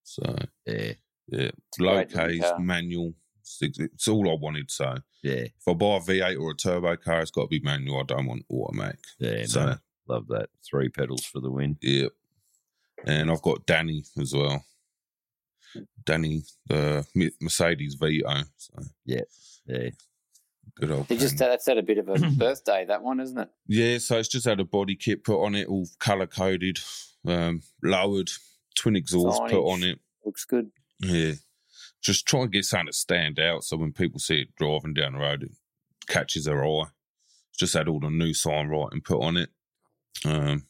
S3: So
S1: Yeah,
S3: yeah, low
S4: great
S3: K's
S4: looking car.
S3: manual. It's, it's all I wanted. So
S1: yeah,
S3: if I buy a V8 or a turbo car, it's got to be manual. I don't want automatic.
S1: yeah.
S3: so
S1: no, love that. Three pedals for the win.
S3: Yep. And I've got Danny as well.
S4: Hmm.
S3: Danny, the Me- Mercedes Vito. So
S1: Yeah,
S3: good old.
S4: It just
S3: Danny.
S4: that's had a bit of a birthday, that one, isn't it?
S3: yeah, so it's just had a body kit put on it, all color coded, um, lowered, twin exhaust put
S4: Signage.
S3: on it.
S4: Looks good.
S3: Yeah. Just try and get something to stand out so when people see it driving down the road, it catches their eye. Just had all the new sign writing put on it. Um,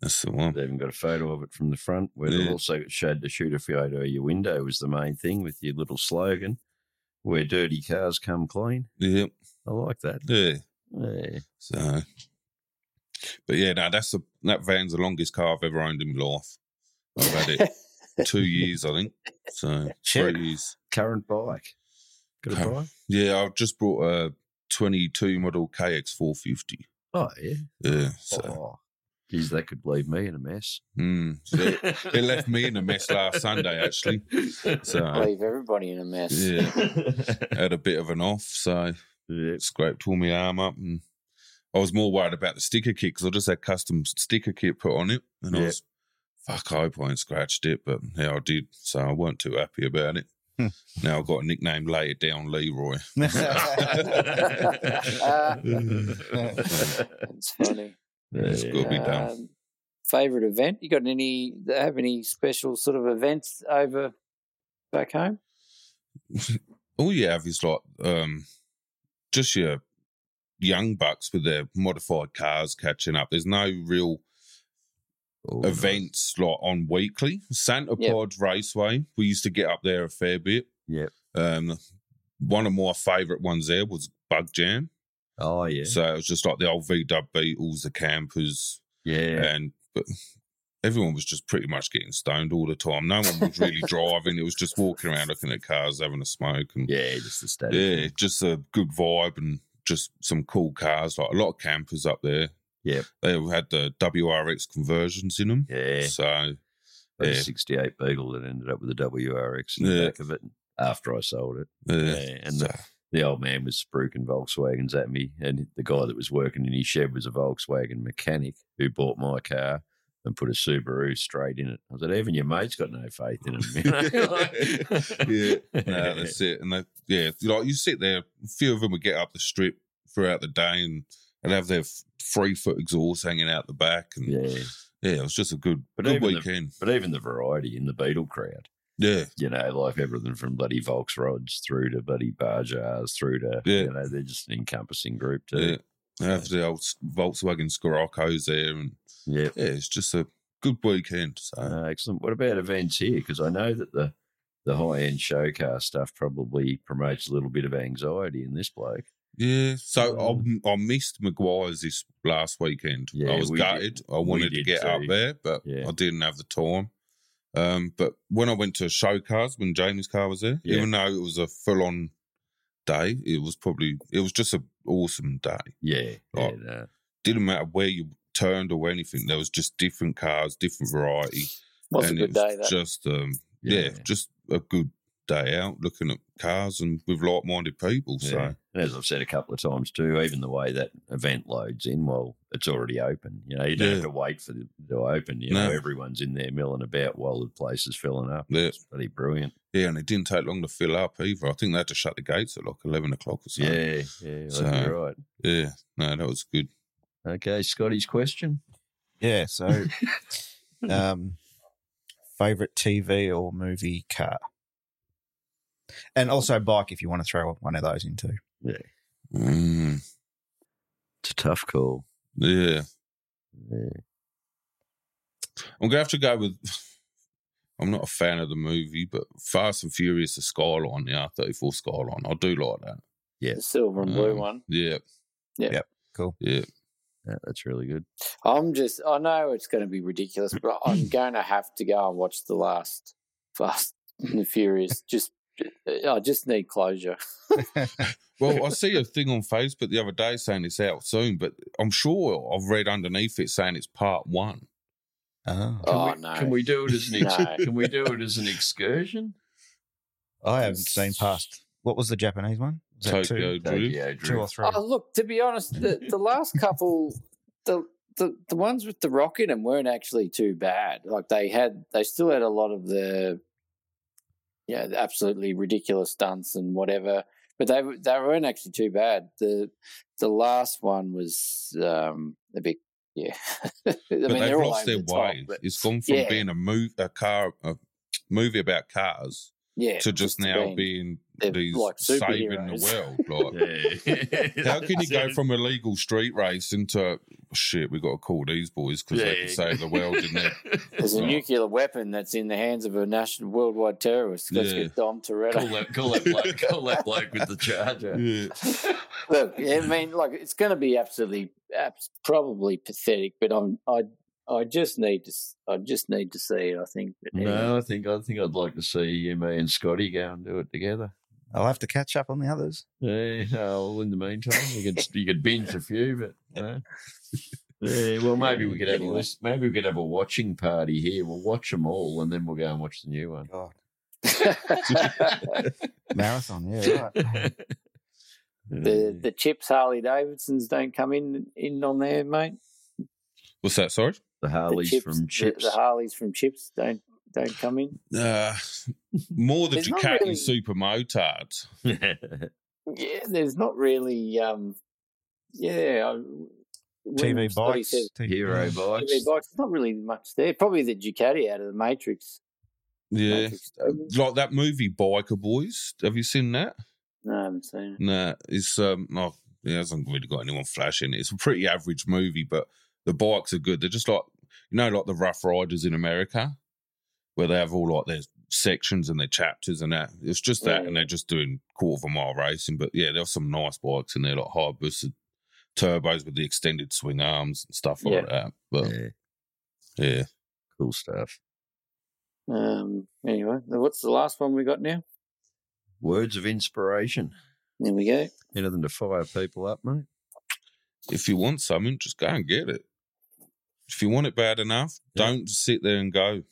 S3: that's the one.
S1: they even got a photo of it from the front. Where they
S3: Yeah.
S1: also showed to shoot a photo of your window was the main thing with your little slogan, "Where dirty cars come clean."
S3: Yep.
S1: I like that.
S3: Yeah.
S1: Yeah,
S3: So, but yeah, no, that's the that van's the longest car I've ever owned in my life. I've had it two years, I think. So
S2: Shit.
S3: three years.
S1: current bike. Got a
S3: Current-
S1: bike?
S3: Yeah, I've just bought a 22 model KX450.
S1: Oh yeah.
S3: Yeah, so
S1: Oh, geez, that could leave me in a mess.
S3: mm, so it, it left me in a mess last Sunday actually. So
S4: Leave everybody in a mess.
S3: yeah, had a bit of an off. So
S1: Yeah.
S3: it scraped all my arm up, and I was more worried about the sticker kit because I just had custom sticker kit put on it, and I
S1: Yeah.
S3: was fuck, I hope I ain't scratched it, but yeah, I did, so I weren't too happy about it.
S2: Hmm.
S3: now I got a nickname later down, Leroy.
S4: It's funny. Um,
S3: It's
S1: Yeah.
S3: good. We'll be down.
S4: favorite event? You got any? they Have any special sort of events over back home?
S3: all you have is like um, just your young bucks with their modified cars catching up. There's no real
S1: Oh, nice.
S3: events like on weekly. Santa
S4: Yep.
S3: Pod Raceway, we used to get up there a fair bit.
S1: Yep.
S3: Um, one of my favourite ones there was Bug Jam.
S1: Oh yeah.
S3: So it was just like the old V Dub Beatles, the campers,
S1: yeah.
S3: and but everyone was just pretty much getting stoned all the time. No one was really driving. It was just walking around looking at cars, having a smoke, and
S1: Yeah, just the static.
S3: yeah, just a good vibe and just some cool cars. Like a lot of campers up there.
S1: Yep.
S3: They all had the WRX conversions in them.
S1: Yeah.
S3: So
S1: That
S3: Yeah.
S1: 68 Beagle that ended up with a WRX in the
S3: Yeah.
S1: back of it after I sold it.
S3: uh,
S1: Yeah, and
S3: so,
S1: the- The old man was spruiking Volkswagens at me, and the guy that was working in his shed was a Volkswagen mechanic who bought my car and put a Subaru straight in it. I said, even your mate's got no faith in him. You know?
S3: Yeah. no, that's it. And they, yeah, like you sit there, a few of them would get up the strip throughout the day and and have their f- three foot exhaust hanging out the back. And yeah,
S1: yeah.
S3: it was just a good,
S1: But
S3: good
S1: even the-
S3: weekend.
S1: But even the variety in the Beetle crowd,
S3: yeah,
S1: you know, like everything from bloody Volks rods through to bloody Barjars through to,
S3: Yeah.
S1: you know, they're just an encompassing group
S3: yeah.
S1: too.
S3: They have the old s- Volkswagen Scirocco's there, and
S1: Yeah.
S3: yeah, it's just a good weekend. So
S1: Uh, excellent. What about events here? Because I know that the the high end show car stuff probably promotes a little bit of anxiety in this bloke.
S3: Yeah, so
S1: Um,
S3: I, I missed Maguire's this last weekend.
S1: Yeah,
S3: I was
S1: we did-
S3: gutted. I
S1: we
S3: wanted to
S1: did
S3: get up
S1: too.
S3: there, but
S1: Yeah.
S3: I didn't have the time. Um, but when I went to show cars, when Jamie's car was there,
S1: Yeah.
S3: even though it was a full on day, it was probably it was just an awesome day.
S1: Yeah.
S3: Oh.
S1: yeah, no.
S3: Didn't matter where you turned or anything. There was just different cars, different variety.
S4: Was a
S3: and
S4: good
S3: it was
S4: day that.
S3: Just um, yeah. just a good day out looking at cars and with like minded people.
S1: yeah.
S3: So
S1: And as I've said a couple of times too, even the way that event loads in, well, it's already open. You know, you don't
S3: Yeah.
S1: have to wait for it to open. You know,
S3: No.
S1: everyone's in there milling about while the place is filling up.
S3: Yeah.
S1: It's bloody brilliant.
S3: Yeah, and it didn't take long to fill up either. I think they had to shut the gates at like 11 o'clock or something.
S1: yeah, yeah,
S3: so-
S1: that's right.
S3: Yeah, no, that was good.
S1: Okay, Scotty's question.
S2: Yeah. So, um, favorite TV or movie car, and also bike if you want to throw one of those in too.
S3: Mm,
S1: It's a tough call.
S3: yeah.
S1: Yeah.
S3: I'm going to have to go with. I'm not a fan of the movie, but Fast and Furious, the Skyline, the R34 Skyline. I do like that.
S4: the silver and blue
S3: Um,
S4: one.
S3: Yeah,
S2: Cool.
S3: yeah.
S1: Yeah, that's really good.
S4: I'm just, I know it's going to be ridiculous, but I'm going to have to go and watch the last Fast and the Furious. Just, I just need closure.
S3: Well, I see a thing on Facebook the other day saying it's out soon, but I'm sure I've read underneath it saying it's part one.
S2: Oh,
S1: Can
S4: oh
S1: we,
S4: no,
S1: Can we do it as an ex-
S4: No.
S1: can we do it as an excursion?
S2: I haven't seen past. What was the Japanese one? Was that two?
S3: Tokyo Drift.
S1: Tokyo
S2: Two or
S1: Drift.
S2: three.
S4: Oh, look, to be honest, the, the last couple, the, the the ones with the rock in them weren't actually too bad. Like they had, they still had a lot of the, yeah, the absolutely ridiculous stunts and whatever. But they were- they weren't actually too bad. The the last one was um, a bit, yeah. I
S3: But
S4: mean,
S3: they've
S4: they're all
S3: lost
S4: over
S3: their
S4: the top,
S3: way.
S4: but
S3: it's gone from
S4: Yeah.
S3: being a, move, a car, a movie about cars,
S4: yeah,
S3: to just now
S4: being-
S3: being
S4: they're
S3: these
S4: like
S3: saving the
S4: superheroes.
S3: world. Like, How can you go from a legal street race into shit? We got to call these boys because they can save the world in their
S4: There's a
S3: Right.
S4: nuclear weapon that's in the hands of a national worldwide terrorist. Let's
S3: Yeah.
S4: get Dom Toretto.
S1: Call that, call, that bloke, call that bloke with the charger.
S3: yeah.
S4: Look, I mean, like it's going to be absolutely, abs- probably pathetic, but I'm, I, I just need to, s- I just need to see it. I think. But anyway.
S1: No, I think I think I'd like to see you, me, and Scotty go and do it together.
S2: I'll have to catch up on the others.
S1: Yeah, no, well, in the meantime, you could you could binge a few, but no. yeah, well, maybe we could have a
S4: Anyway.
S1: list. Maybe we could have a watching party here. We'll watch them all, and then we'll go and watch the new one.
S2: God. Marathon, yeah, right.
S4: the the chips Harley Davidsons don't come in in on there, mate.
S3: What's that? Sorry.
S1: The
S4: The
S1: Harleys
S4: chips,
S1: from Chips.
S4: The, the Harleys from Chips don't don't come in.
S3: Uh, more the
S4: There's not
S3: Ducati
S4: really-
S3: Super Motard.
S4: Yeah, there's not really. um Yeah, I, when
S2: TV
S4: Scotty
S2: bikes.
S4: says
S2: T-
S1: Hero
S4: TV
S1: bikes.
S4: bikes. There's not really much there. Probably the Ducati out of the Matrix.
S3: Yeah.
S4: Matrix Open.
S3: Like that movie Biker Boys. Have you seen that?
S4: No, I haven't seen it.
S3: Nah, it's um no, it hasn't really got anyone flashing. It's a pretty average movie, but the bikes are good. They're just like you know, like the Rough Riders in America, where they have all like their sections and their chapters and that. It's just that,
S4: Yeah.
S3: and they're just doing quarter of a mile racing. But yeah, there's some nice bikes in there, like high boosted turbos with the extended swing arms and stuff like that. But
S1: Yeah,
S3: yeah,
S1: cool stuff.
S4: Um, anyway, what's the last one we got now?
S1: Words of inspiration.
S4: There we go.
S1: Anything to fire people up, mate.
S3: if you want something, just go and get it. If you want it bad enough,
S1: Yeah.
S3: don't sit there and go,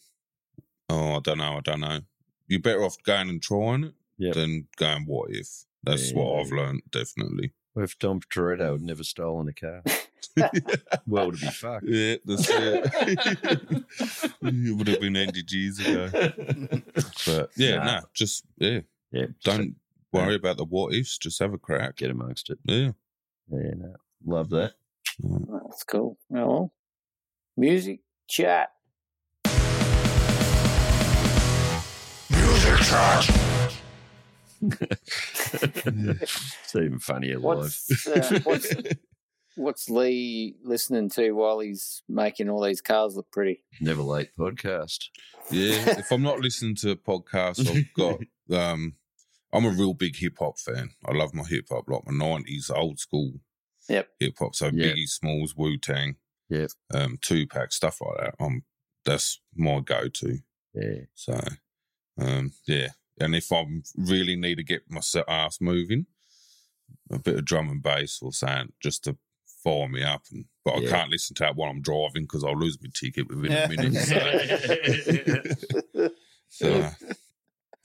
S3: "Oh, I don't know, I don't know." You're better off going and trying it
S1: Yeah.
S3: than going, "What if?" That's what
S1: Yeah.
S3: I've learned definitely.
S1: What if Dom Toretto had never stolen a car? World would be fucked.
S3: Yeah, that's it. it would have been ended years ago. But yeah,
S1: Nah.
S3: nah, just yeah,
S1: Yeah, so
S3: don't worry about the what ifs. Just have a crack.
S1: get amongst it.
S3: Yeah,
S1: Yeah, no, love that.
S4: That's cool. Oh, well. music chat.
S1: It's even funnier live.
S4: What's uh, what's what's Lee listening to while he's making all these cars look pretty?
S1: Never late podcast.
S3: yeah. If I'm not listening to a podcast, I've got um, I'm a real big hip hop fan. I love my hip hop, like my '90s old school
S4: Yep.
S3: hip hop. So
S1: Yeah.
S3: Biggie Smalls, Wu Tang,
S1: Yep.
S3: um, Tupac, stuff like that. Um, that's my go to.
S1: Yeah,
S3: So, um, yeah. And if I really need to get my s- ass moving, a bit of drum and bass or something just to fire me up. And, but
S1: Yeah.
S3: I can't listen to that while I'm driving because I'll lose my ticket within a minute. So, so,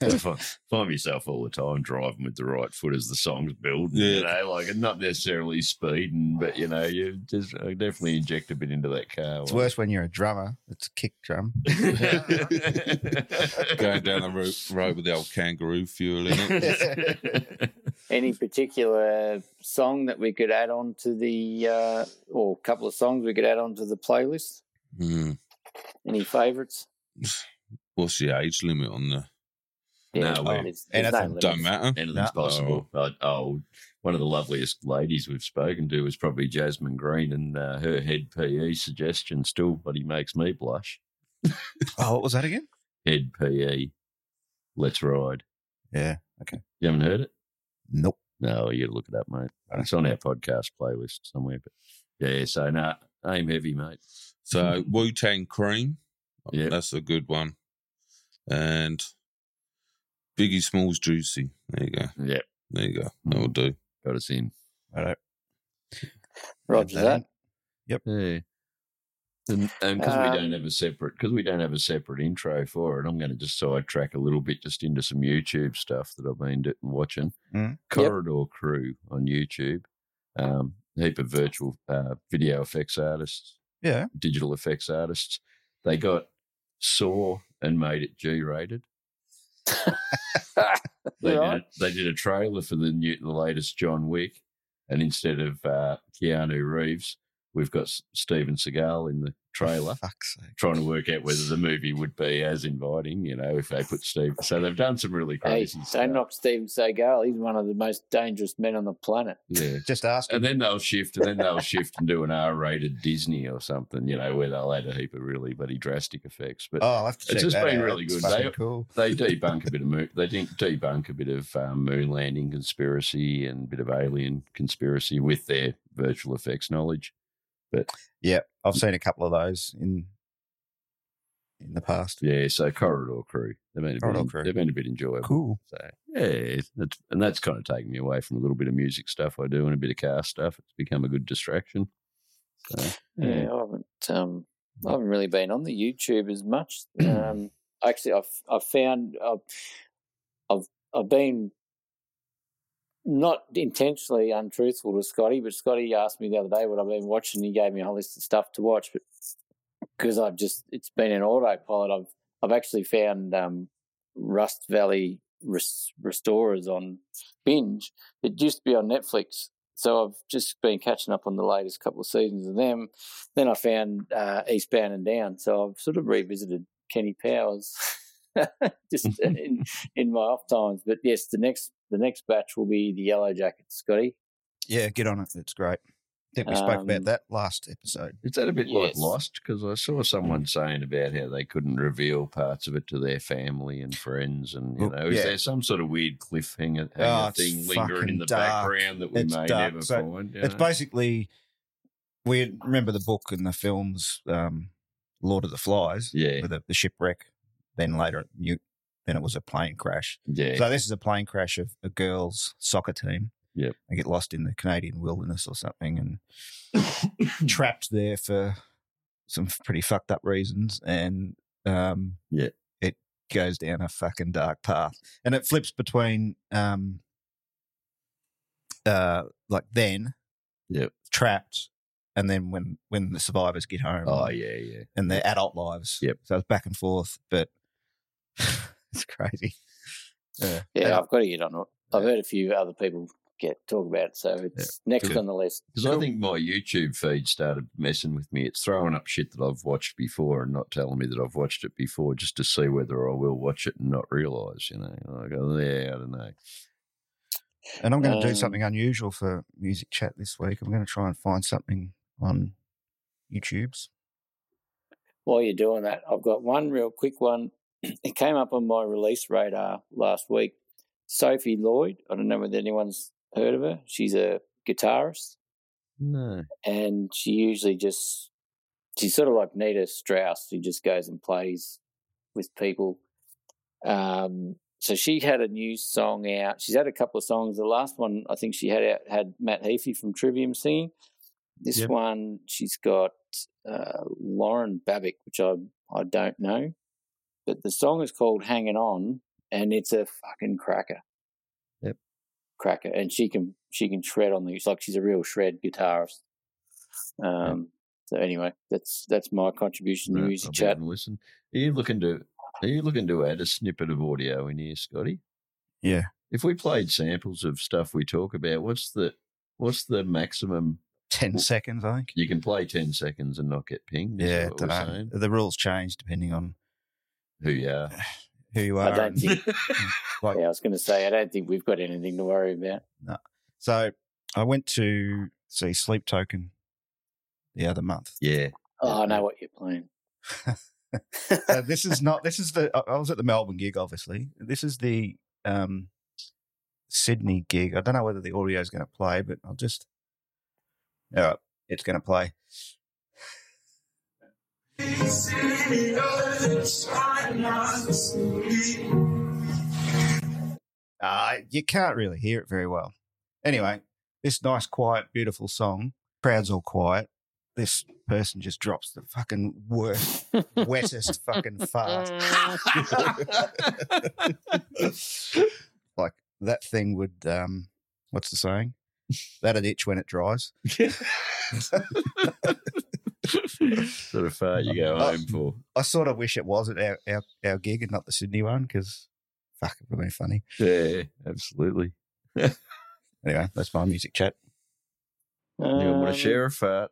S1: I fi- find myself all the time driving with the right foot as the song's build. You
S3: Yeah.
S1: know, like and not necessarily speeding, but you know, you just I definitely inject a bit into that car.
S2: It's worse when you're a drummer. It's a kick drum.
S3: Going down the road, road with the old kangaroo fuel in it.
S4: Any particular song that we could add on to the, uh, or a couple of songs we could add on to the playlist?
S3: Hmm.
S4: Any favourites?
S3: What's the age limit on the?
S1: No, we-
S4: there's- there's
S2: anything.
S4: limits.
S3: Don't matter.
S1: Anything's
S3: No.
S1: possible. I, oh, one of the loveliest ladies we've spoken to was probably Jasmine Green, and uh, her head PE suggestion still bloody makes me blush.
S2: Oh, what was that again?
S1: Head PE, let's ride.
S2: Yeah.
S1: You haven't heard it?
S2: Nope.
S1: No, you gotta look it up, mate.
S2: Okay.
S1: It's on our podcast playlist somewhere. But yeah, so no, aim heavy, mate.
S3: So Wu Tang Cream, Um,
S1: Yeah.
S3: that's a good one, and Biggie Smalls Juicy. There you go.
S1: Yep,
S3: There you go. That will do.
S1: got us in.
S4: Roger that.
S1: Yeah. And because
S4: Um,
S1: we don't have a separate because we don't have a separate intro for it, I'm going to just sidetrack a little bit just into some YouTube stuff that I've been d- watching.
S2: Mm.
S1: Corridor Crew on YouTube, um, heap of virtual uh, video effects artists,
S2: Yeah.
S1: digital effects artists. They got Saw and made it G-rated. They, did,
S4: Right.
S1: a- they did a trailer for the new, the latest John Wick, and instead of uh, Keanu Reeves, we've got S- Steven Seagal in the trailer,
S2: Fuck's sake.
S1: trying to work out whether the movie would be as inviting. You know, if they put Steve. So they've done some really
S4: Hey,
S1: crazy stuff.
S4: don't knock Steven Seagal. He's one of the most dangerous men on the planet.
S1: yeah.
S2: Just ask
S1: And then they'll shift, and then they'll shift and do an R-rated Disney or something, you know, where they'll add a heap of really bloody drastic effects. But
S2: Oh, I'll have to
S1: It's
S2: check
S1: just
S2: that
S1: been
S2: out.
S1: really
S2: It's
S1: good.
S2: fucking
S1: They-
S2: cool.
S1: they debunk a bit of moon, they de- debunk a bit of um, moon landing conspiracy and a bit of alien conspiracy with their virtual effects knowledge.
S2: I've seen a couple of those in in the past.
S1: Yeah, so corridor crew, they've been a
S2: Corridor
S1: bit,
S2: Crew.
S1: they've been a bit enjoyable.
S2: Cool.
S1: So yeah, that's, and that's kind of taken me away from a little bit of music stuff I do and a bit of car stuff. It's become a good distraction. So,
S4: Yeah, I haven't. Um, I haven't really been on the YouTube as much. Um, actually, I've I've found I've, I've I've been not intentionally untruthful to Scotty, but Scotty asked me the other day what I've been watching. He gave me a whole list of stuff to watch, but because I've just it's been an autopilot. I've I've actually found um, Rust Valley Res- Restorers on binge. It used to be on Netflix, so I've just been catching up on the latest couple of seasons of them. Then I found uh, Eastbound and Down, so I've sort of revisited Kenny Powers just in, in my off times. But yes, the next the next batch will be the Yellow Jackets, Scotty.
S2: Yeah, get on it. It's great. I think we spoke
S4: Um,
S2: about that last episode.
S1: Is that a bit
S4: Yes.
S1: like Lost? Because I saw
S2: Mm.
S1: someone saying about how they couldn't reveal parts of it to their family and friends, and you
S2: Oh,
S1: know, is
S2: yeah.
S1: there some sort of weird cliffhanger
S2: Oh,
S1: hanger
S2: it's
S1: thing lingering in
S2: fucking
S1: the
S2: dark.
S1: background that we
S2: It's
S1: may
S2: dark.
S1: never
S2: So
S1: find? you
S2: It's
S1: know?
S2: basically we remember the book and the films, um, Lord of the Flies,
S1: yeah,
S2: with the, the shipwreck. Then later, you, then it was a plane crash.
S1: yeah,
S2: So this is a plane crash of a girls' soccer team.
S1: Yep.
S2: They get lost in the Canadian wilderness or something and trapped there for some pretty fucked up reasons. And um,
S1: Yeah.
S2: it goes down a fucking dark path. And it flips between um, uh, like then,
S1: Yep.
S2: trapped, and then when when the survivors get home
S1: oh yeah, yeah.
S2: and their adult lives.
S1: Yep.
S2: So it's back and forth, but it's crazy. Yeah.
S4: Yeah,
S2: And I-
S4: I've got to get on it. I've heard a few other people get talk about it, so it's next
S1: Good.
S4: on the list.
S1: Because I think my YouTube feed started messing with me. It's throwing up shit that I've watched before and not telling me that I've watched it before, just to see whether I will watch it and not realise. You know, I go, yeah, I don't know.
S2: And I'm going to
S4: Um,
S2: do something unusual for music chat this week. I'm going to try and find something on YouTube's.
S4: While you're doing that, I've got one real quick one. It came up on my release radar last week. Sophie Lloyd. I don't know whether anyone's heard of her. She's a guitarist.
S1: No,
S4: and she usually just she's sort of like Nita Strauss. She just goes and plays with people. Um, so she had a new song out. She's had a couple of songs. The last one I think she had out had Matt Heafy from Trivium singing. This
S1: Yep.
S4: one she's got uh, Lauren Babick, which I I don't know, but the song is called "Hanging On," and it's a fucking cracker.
S1: Yep.
S4: Cracker, and she can she can shred on the. It's like she's a real shred guitarist. Um. So anyway, that's that's my contribution to
S1: Right,
S4: music
S1: I'll be
S4: chat.
S1: having a listen. Are you looking to Are you looking to add a snippet of audio in here, Scotty?
S2: Yeah.
S1: If we played samples of stuff we talk about, what's the What's the maximum?
S2: 10 seconds, I think.
S1: You can play ten seconds and not get pinged. is
S2: Yeah,
S1: what we're
S2: dunno.
S1: saying?
S2: the rules change depending on
S1: who you are.
S2: who you
S4: I
S2: are.
S4: don't
S2: and-
S4: think.
S2: Like-
S4: yeah, I was going to say I don't think we've got anything to worry about.
S2: So I went to see Sleep Token the other month.
S1: Yeah,
S4: Oh, I know what you're playing.
S2: Uh, this is not. This is the. I I was at the Melbourne gig, obviously. This is the um, Sydney gig. I don't know whether the audio is going to play, but I'll just. All right, it's going to play. Uh, you can't really hear it very well. Anyway, this nice, quiet, beautiful song. Crowd's all quiet. This person just drops the fucking worst, wettest fucking
S1: Uh,
S2: fart like that thing would um what's the saying that'd itch when it dries
S1: sort of fart you go
S2: Oh.
S1: home for.
S2: i sort of wish it was at our, our, our gig and not the sydney one because fuck it would have been funny
S1: Yeah, absolutely.
S2: anyway that's my music chat
S1: Anyone want
S4: Um,
S1: to share a fart?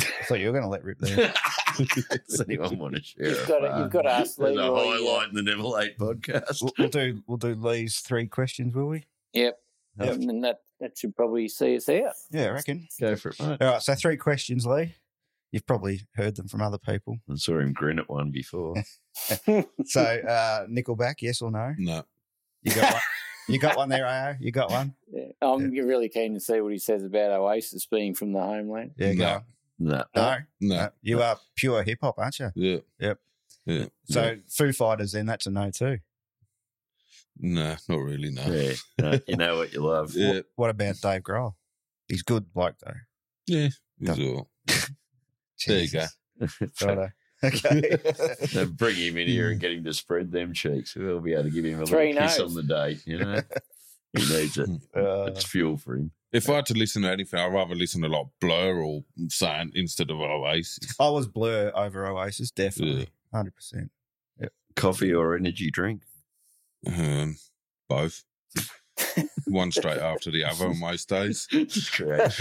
S2: i thought you were going to let rip there
S1: Does anyone want to share?
S4: You've
S1: a
S4: got to,
S1: fart?
S4: you've got to ask
S1: There's
S4: Lee.
S1: a
S4: what he-
S1: highlight in the Never Late podcast.
S2: we'll, we'll do we'll do lee's three questions will we
S4: Yep.
S2: Yep.
S4: And then that, that should probably see us out.
S2: yeah i reckon
S1: Go for it, mate.
S2: all right so three questions lee you've probably heard them from other people
S1: I saw him grin at one before.
S2: so uh nickelback yes or no
S3: No.
S2: you got one you got one there AO? you got one
S4: Yeah. I'm really keen to see what he says about Oasis being from the homeland.
S2: yeah go
S3: No.
S2: on.
S1: No,
S2: no
S3: No.
S2: no you are pure hip-hop aren't you
S3: Yeah.
S2: Yep.
S3: Yeah.
S2: So
S3: Yeah.
S2: Foo Fighters, then that's a no too.
S3: no, not really. No. Yeah.
S1: yeah, no, you know what you love.
S3: Yeah.
S2: What, what about Dave Grohl? He's good bloke though.
S3: it's all- There you go.
S1: So,
S2: Righto. Okay.
S1: so bring him in here and get him to spread them cheeks. We'll be able to give him a
S4: Three
S1: little kiss
S4: no's.
S1: on the date. You know, he needs it.
S2: Uh,
S1: It's fuel for him.
S3: If I had to listen to anything, I'd rather listen to like Blur or something instead of Oasis.
S2: I was blur over Oasis, definitely. Hundred percent.
S1: Coffee or energy drink?
S3: Um, both. One straight after the other on most days.
S1: Just create.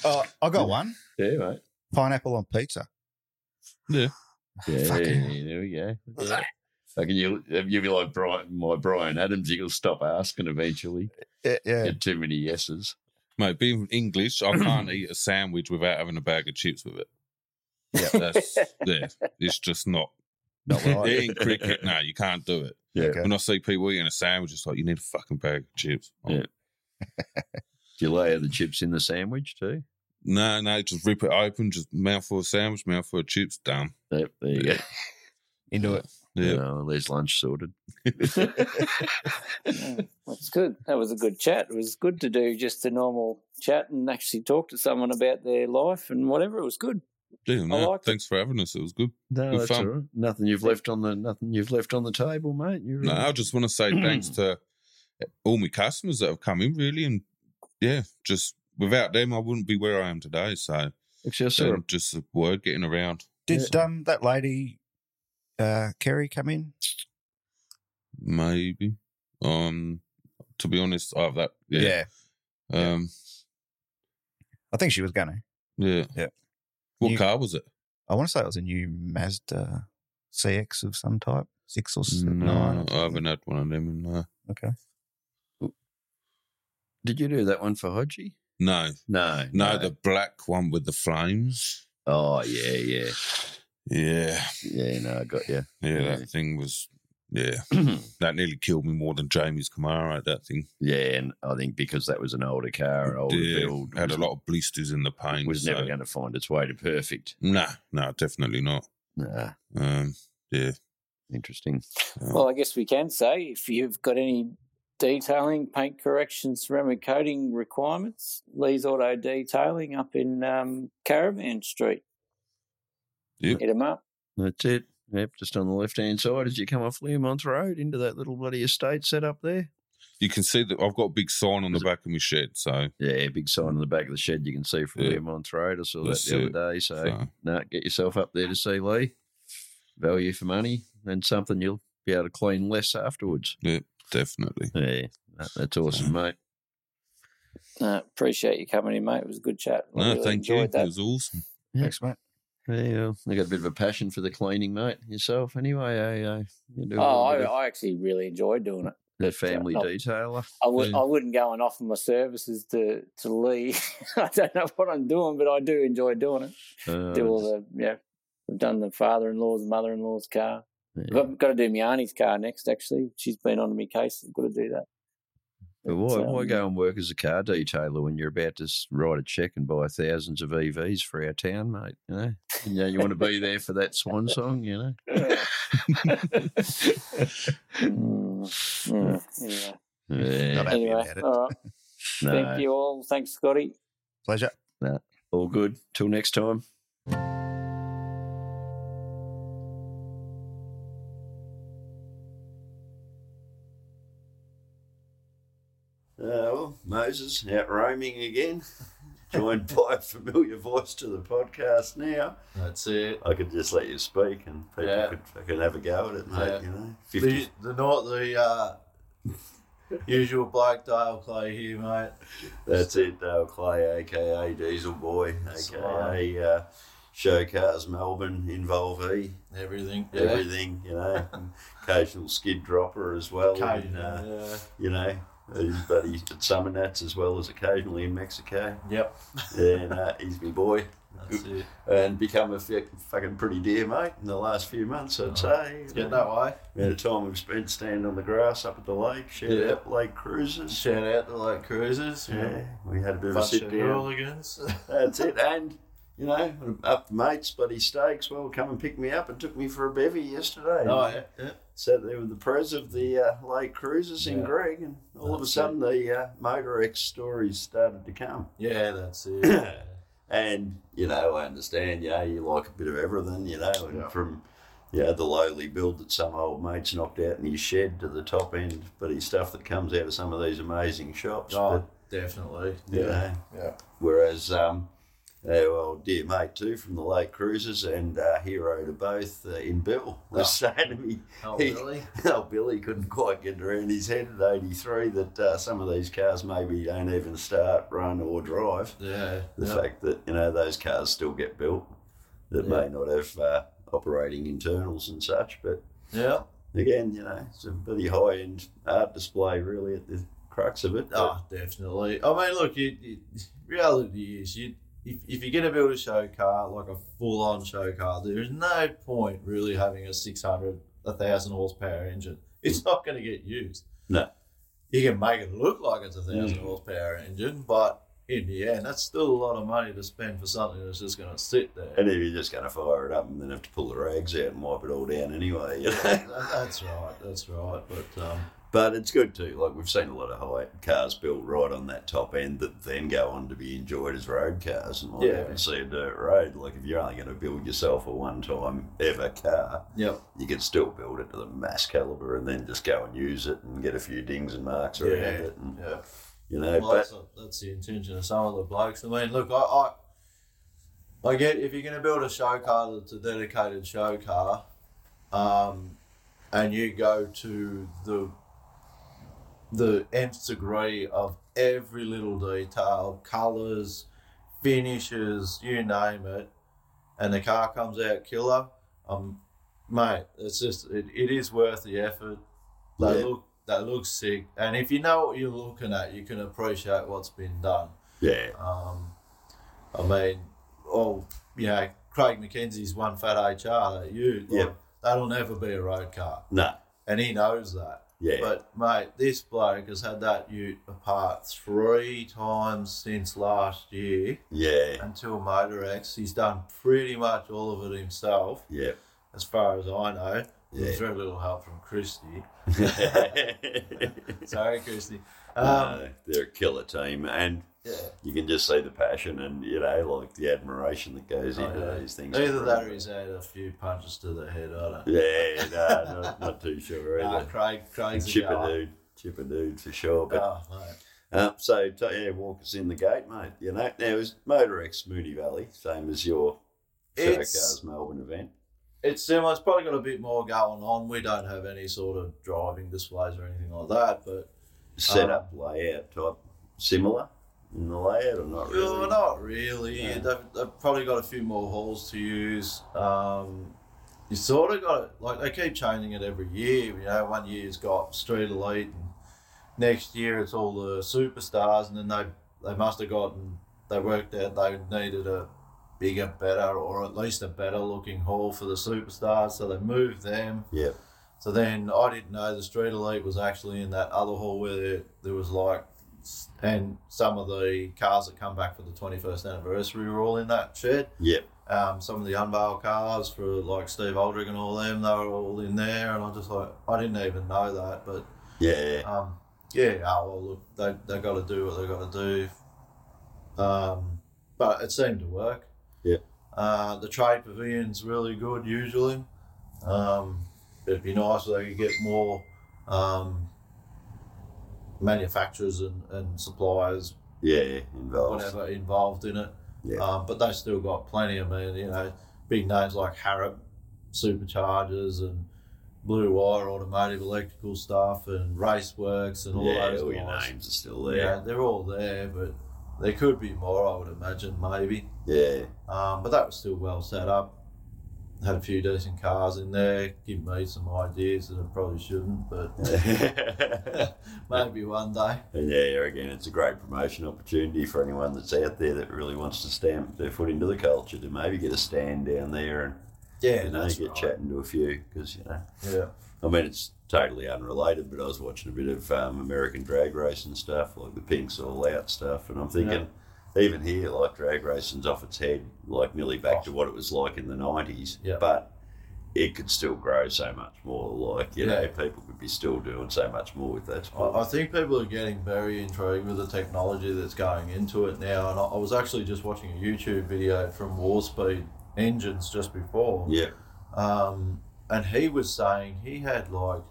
S2: Oh, I got one.
S1: yeah, mate.
S2: Pineapple on pizza.
S1: Yeah,
S2: Fucking-
S1: there we go. Yeah. Fucking you, you'll be like Brian, my Brian Adams. You'll stop asking eventually.
S2: Yeah, yeah.
S1: Get too many yeses.
S3: Mate, being English, I can't eat a sandwich without having a bag of chips with it. Yeah, that's yeah. It's just not.
S2: Not what I-
S3: It ain't cricket. No, you can't do it.
S1: Yeah.
S2: Okay.
S3: When I see people eating a sandwich, it's like you need a fucking bag of chips. I'm
S1: Yeah. Do you layer the chips in the sandwich too?
S3: No, no, just rip it open, just mouthful of sandwich, mouthful of chips, damn.
S1: Yep, there you go.
S2: Into it.
S3: Yeah.
S1: Oh, there's lunch sorted.
S4: Mm, That's good. That was a good chat. It was good to do just a normal chat and actually talk to someone about their life and whatever. It was good.
S3: Damn, no,
S4: liked it.
S3: thanks for having us. It was good.
S1: No,
S3: Good
S1: that's
S3: fun.
S1: all right. Nothing you've left on the nothing you've left on the table, mate. You're
S3: No, I just want to say thanks to all my customers that have come in, really. And yeah, just without them, I wouldn't be where I am today. So
S1: actually, I saw
S3: um, just the word getting around.
S2: Did um that lady uh Kerry come in?
S3: Maybe. Um, to be honest, I have that. Yeah. Um,
S2: I think she was gonna.
S3: yeah.
S2: Yeah.
S3: What
S2: You-
S3: car was it?
S2: I want to say it was a new Mazda CX of some type. Six or s-
S3: No,
S2: nine.
S3: I haven't had one of them. uh, and, No,
S2: Okay.
S1: Did you do that one for Hodgie?
S3: no,
S1: No,
S3: no, the black one with the flames.
S1: oh yeah, yeah,
S3: Yeah,
S1: yeah. No, I got you.
S3: yeah,
S1: Yeah.
S3: that thing was. Yeah, that nearly killed me more than Jamie's Camaro. That thing
S1: yeah, and I think because that was an older car, an older
S3: yeah,
S1: build,
S3: had a
S1: was-
S3: lot of blisters in the paint.
S1: was
S3: so-
S1: never going to find its way to perfect.
S3: Nah, nah, definitely not.
S1: Nah,
S3: Um, yeah,
S1: interesting.
S4: Well, I guess we can say if you've got any detailing, paint correction, ceramic coating requirements, Lee's Auto Detailing up in um, Caravan Street.
S3: Yep.
S4: Hit him up.
S1: That's it. Yep, just on the left hand side as you come off Learmonth Road into that little bloody estate set up there.
S3: You can see that I've got a big sign on the back of my shed. So,
S1: Yeah, big sign on the back of the shed you can see from
S3: Yeah.
S1: Learmonth Road. I saw
S3: That's
S1: that the other day. So,
S3: so,
S1: no, get yourself up there to see Lee. Value for money and something you'll be able to clean less afterwards.
S3: definitely.
S1: Yeah, no, that's awesome, mate.
S4: No, Uh, appreciate you coming in, mate. It was a good chat. I
S3: No,
S4: really
S3: thank you.
S4: enjoyed
S3: It
S4: That.
S3: was awesome.
S1: Yeah.
S2: Thanks, mate.
S1: Yeah, I got a bit of a passion for the cleaning, mate. Yourself, anyway. eh, eh? you do a
S4: oh,
S1: little
S4: I,
S1: bit of
S4: I actually really enjoyed doing it.
S1: that family
S4: not-
S1: detailer.
S4: I would
S1: Yeah.
S4: I wouldn't go and offer my services to to Lee. I don't know what I'm doing, but I do enjoy doing it.
S1: Uh,
S4: do all the yeah. I've done the father-in-law's, mother-in-law's car.
S1: yeah.
S4: I've got to do my auntie's car next. Actually, she's been on to my case. I've got to do that.
S1: But why,
S4: But,
S1: why
S4: um,
S1: go and work as a car detailer when you're about to s- write a check and buy thousands of EVs for our town, mate? You know, you, know, you want to be there for that swan song, you know?
S4: Mm, mm, anyway,
S1: Yeah,
S2: Not happy
S4: anyway
S2: about it.
S4: all right.
S1: no,
S4: Thank you all. Thanks, Scotty.
S2: Pleasure.
S1: all good. Till next time. Uh, well, Moses out roaming again, joined by a familiar voice to the podcast now.
S5: That's it.
S1: I could just let you speak and people
S5: Yeah.
S1: could fucking have a go at it, mate,
S5: Yeah.
S1: you know. 50,
S5: The, the not the uh, usual bloke Dale Clay here, mate.
S1: that's it, Dale Clay, aka Diesel Boy,
S5: That's
S1: aka uh, Show Cars Melbourne involvee,
S5: Everything. Yeah.
S1: everything, you know, occasional skid dropper as well. and,
S5: Cajun,
S1: uh,
S5: yeah.
S1: you know, he's buddies at Summer Nats as well as occasionally in Mexico.
S5: Yep.
S1: And uh, he's my boy.
S5: That's it.
S1: and become a f- fucking pretty dear mate in the last few months,
S5: Oh.
S1: I'd say.
S5: Get that way.
S1: The amount of time we've spent standing on the grass up at the lake, shout
S5: Yeah.
S1: out Lake Cruises.
S5: Shout out to like cruisers. you
S1: Yeah,
S5: know,
S1: we had a bit of a
S5: Bunch
S1: sit
S5: of
S1: down.
S5: hooligans.
S1: That's it. And, you know, up mates, bloody steaks, well, come and pick me up and took me for a bevy yesterday.
S5: oh, yeah. yeah.
S1: Sat there with the pres of the uh, Lake Cruises in
S5: Yeah.
S1: Greg, and all of a
S5: That's it.
S1: sudden the uh, Motorex stories started to come.
S5: Yeah, that's it. yeah.
S1: And you know, I understand. You know, you like a bit of everything. You know, and
S5: Yeah.
S1: from you know the lowly build that some old mates knocked out in his shed to the top end, but his stuff that comes out of some of these amazing shops.
S5: Oh, definitely.
S1: but, you know,
S5: Yeah.
S1: whereas um, our old dear mate too from the Lake Cruisers and uh, hero to both uh, in Bill was saying to me,
S5: Oh,
S1: He-
S5: really?
S1: "Oh, Billy couldn't quite get it around his head at '83 that uh, some of these cars maybe don't even start, run, or drive."
S5: Yeah.
S1: the
S5: yeah.
S1: fact that you know those cars still get built that may not have uh, operating internals and such. But
S5: Yeah.
S1: again, you know, it's a pretty high end art display, really, at the crux of it. But
S5: Oh, definitely. I mean, look, you, you, reality is you. If, if you're going to build a show car, like a full on show car, there is no point really having a 600, 1,000 horsepower engine. It's not going to get used.
S1: No.
S5: You can make it look like it's a 1,000
S1: Mm.
S5: horsepower engine, but in the end, that's still a lot of money to spend for something that's just going to sit there.
S1: and if you're just going to fire it up and then have to pull the rags out and wipe it all down anyway, you know.
S5: That- that's right. That's right. But um,
S1: But it's good too. Like we've seen a lot of high cars built right on that top end that then go on to be enjoyed as road cars and like
S5: Yeah.
S1: yeah. and see a dirt road. Like if you're only going to build yourself a one time ever car,
S5: yeah,
S1: you can still build it to the mass caliber and then just go and use it and get a few dings and marks around
S5: Yeah.
S1: it and
S5: yeah.
S1: you know
S5: Well, that's, that's the intention of some of the blokes. I mean, look, I, I, I get if you're going to build a show car that's a dedicated show car, um, and you go to the the nth degree of every little detail, colours, finishes, you name it, and the car comes out killer. Um, mate, it's just it, it is worth the effort. They
S1: Yeah.
S5: look they look sick, and if you know what you're looking at, you can appreciate what's been done.
S1: but yeah
S5: Um, I mean, oh, you know, Craig McKenzie's one fat HR that you,
S1: Yeah.
S5: like, that'll never be a road car,
S1: no
S5: and he knows that.
S1: yeah
S5: But mate, this bloke has had that ute apart three times since last year
S1: yeah
S5: until Motor X. He's done pretty much all of it himself,
S1: yeah
S5: as far as I know. with very little help from Christy.
S1: no,
S5: Sorry, Christy. Um,
S1: they're a killer team, and
S5: yeah.
S1: you can just see the passion and you know, like the admiration that goes
S5: Oh,
S1: into
S5: yeah.
S1: these things.
S5: Either that or he's had a few punches to the head, I don't know.
S1: yeah, no, not, not too sure
S5: Nah,
S1: either.
S5: Craig, Craig's a
S1: Chipper
S5: goer.
S1: dude, chipper dude for sure. But
S5: Oh, mate.
S1: Um, so t- yeah, walk us in the gate, mate. You know, now is Motorex Mooney Valley same as your
S5: It's-
S1: Showcars Melbourne event?
S5: It's similar. It's probably got a bit more going on. We don't have any sort of driving displays or anything like that, but Oh.
S1: Setup, layout, type similar in the layout or not really?
S5: Well, not really.
S1: Yeah.
S5: They've, they've probably got a few more halls to use. Um, you sort of got it. Like they keep changing it every year. You know, one year's got Street Elite, and next year it's all the superstars, and then they they must have gotten they worked out they needed a bigger, better, or at least a better looking hall for the superstars, so they moved them.
S1: Yeah,
S5: So then I didn't know the street elite was actually in that other hall where there, there was like, and some of the cars that come back for the 21st anniversary were all in that shed.
S1: yep.
S5: Um, some of the unveil cars for like Steve Aldrich and all them, they were all in there. And I just like, I didn't even know that. But
S1: Yeah,
S5: um, yeah, oh, well, look, they, they got to do what they got to do. Um, but it seemed to work.
S1: Yeah.
S5: Uh, the trade pavilion's really good usually. Um, it'd be nice if they could get more um, manufacturers and, and suppliers,
S1: yeah, involved.
S5: whatever, involved in it.
S1: Yeah.
S5: Um, but they still got plenty. I mean, you know, big names like Harrop Superchargers and Blue Wire Automotive Electrical stuff and Raceworks and all
S1: yeah,
S5: those
S1: all your
S5: guys.
S1: names are still
S5: Yeah,
S1: there.
S5: they're all there, but there could be more, I would imagine, maybe.
S1: Yeah,
S5: Um, but that was still well set up. Had a few decent cars in there. Give me some ideas that I probably shouldn't, but maybe one day.
S1: and yeah, again, it's a great promotion opportunity for anyone that's out there that really wants to stamp their foot into the culture to maybe get a stand down there and
S5: Yeah,
S1: you know
S5: that's
S1: get
S5: right.
S1: chatting to a few because you know
S5: Yeah.
S1: I mean, it's totally unrelated, but I was watching a bit of um, American drag racing stuff, like the Pink's All Out stuff, and I'm thinking, even here, like drag racing's off its head, like nearly back to what it was like in the 90s,
S5: Yeah.
S1: but it could still grow so much more. Like, you know,
S5: Yeah.
S1: people could be still doing so much more with that
S5: I I
S1: sport.
S5: think people are getting very intrigued with the technology that's going into it now. And I I was actually just watching a YouTube video from Warspeed Engines just before.
S1: yeah,
S5: Um, and he was saying he had like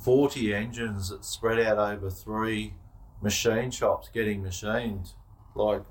S5: 40 engines that spread out over three machine shops getting machined. Like,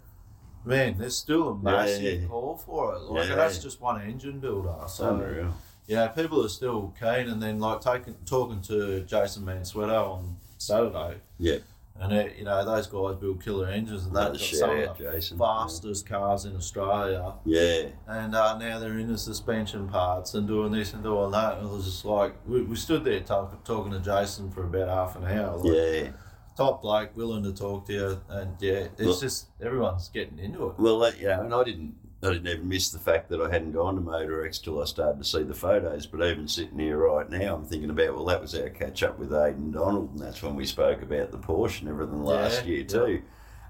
S5: man, there's still a massive
S1: yeah.
S5: call for it. Like,
S1: Yeah.
S5: that's just one engine builder. So,
S1: unreal.
S5: yeah, people are still keen. And then, like, taking, talking to Jason Mansueto on Saturday,
S1: Yeah,
S5: and it, you know, those guys build killer engines, and they've
S1: Another
S5: got some
S1: shout out,
S5: of the
S1: Jason.
S5: fastest cars in Australia
S1: Yeah,
S5: and uh, now they're into suspension parts and doing this and doing that. And it was just like we, we stood there talk, talking to Jason for about half an hour. Like,
S1: yeah.
S5: Top bloke, willing to talk to you, and yeah, it's
S1: Look-
S5: just everyone's getting into it.
S1: Well, that, you know, and I didn't, I didn't even miss the fact that I hadn't gone to Motorex till I started to see the photos. But even sitting here right now, I'm thinking about well, that was our catch up with Aidan Donald, and that's when we spoke about the Porsche and everything last
S5: Yeah,
S1: year
S5: yeah.
S1: too,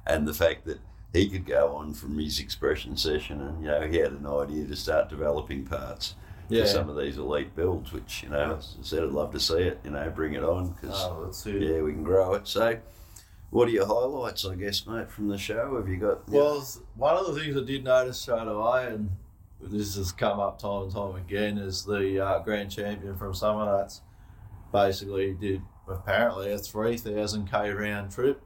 S1: and the fact that he could go on from his expression session, and you know, he had an idea to start developing parts.
S5: Yeah.
S1: For some of these elite builds, which you know, as I said, I'd love to see it. You know, bring it on because
S5: Oh, that's it.
S1: yeah, we can grow it. So, what are your highlights, I guess, mate, from the show? Have you got?
S5: Well, s- one of the things I did notice straight away, and this has come up time and time again, is the uh, grand champion from Summer Nuts basically did apparently a 3,000k round trip,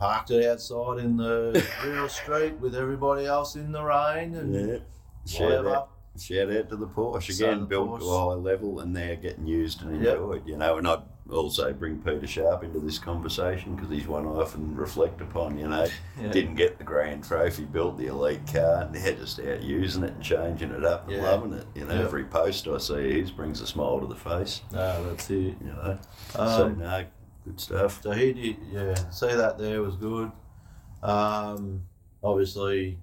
S5: parked it outside in the real street with everybody else in the rain and
S1: yeah. Shout
S5: whatever.
S1: out, shout out to the Porsche
S5: So
S1: again,
S5: the
S1: built to a
S5: Porsche-
S1: high level, and they're getting used and
S5: Yep.
S1: enjoyed. You know, and I'd also bring Peter Sharp into this conversation because he's one I often reflect upon. You know,
S5: Yeah.
S1: didn't get the grand trophy, built the elite car, and they're just out using it and changing it up and
S5: Yeah.
S1: loving it. You know,
S5: Yep.
S1: every post I see, his brings a smile to the face.
S5: No, that's it.
S1: You know, so
S5: Um,
S1: no, good stuff.
S5: So he did, yeah. See that there was good. Um, obviously,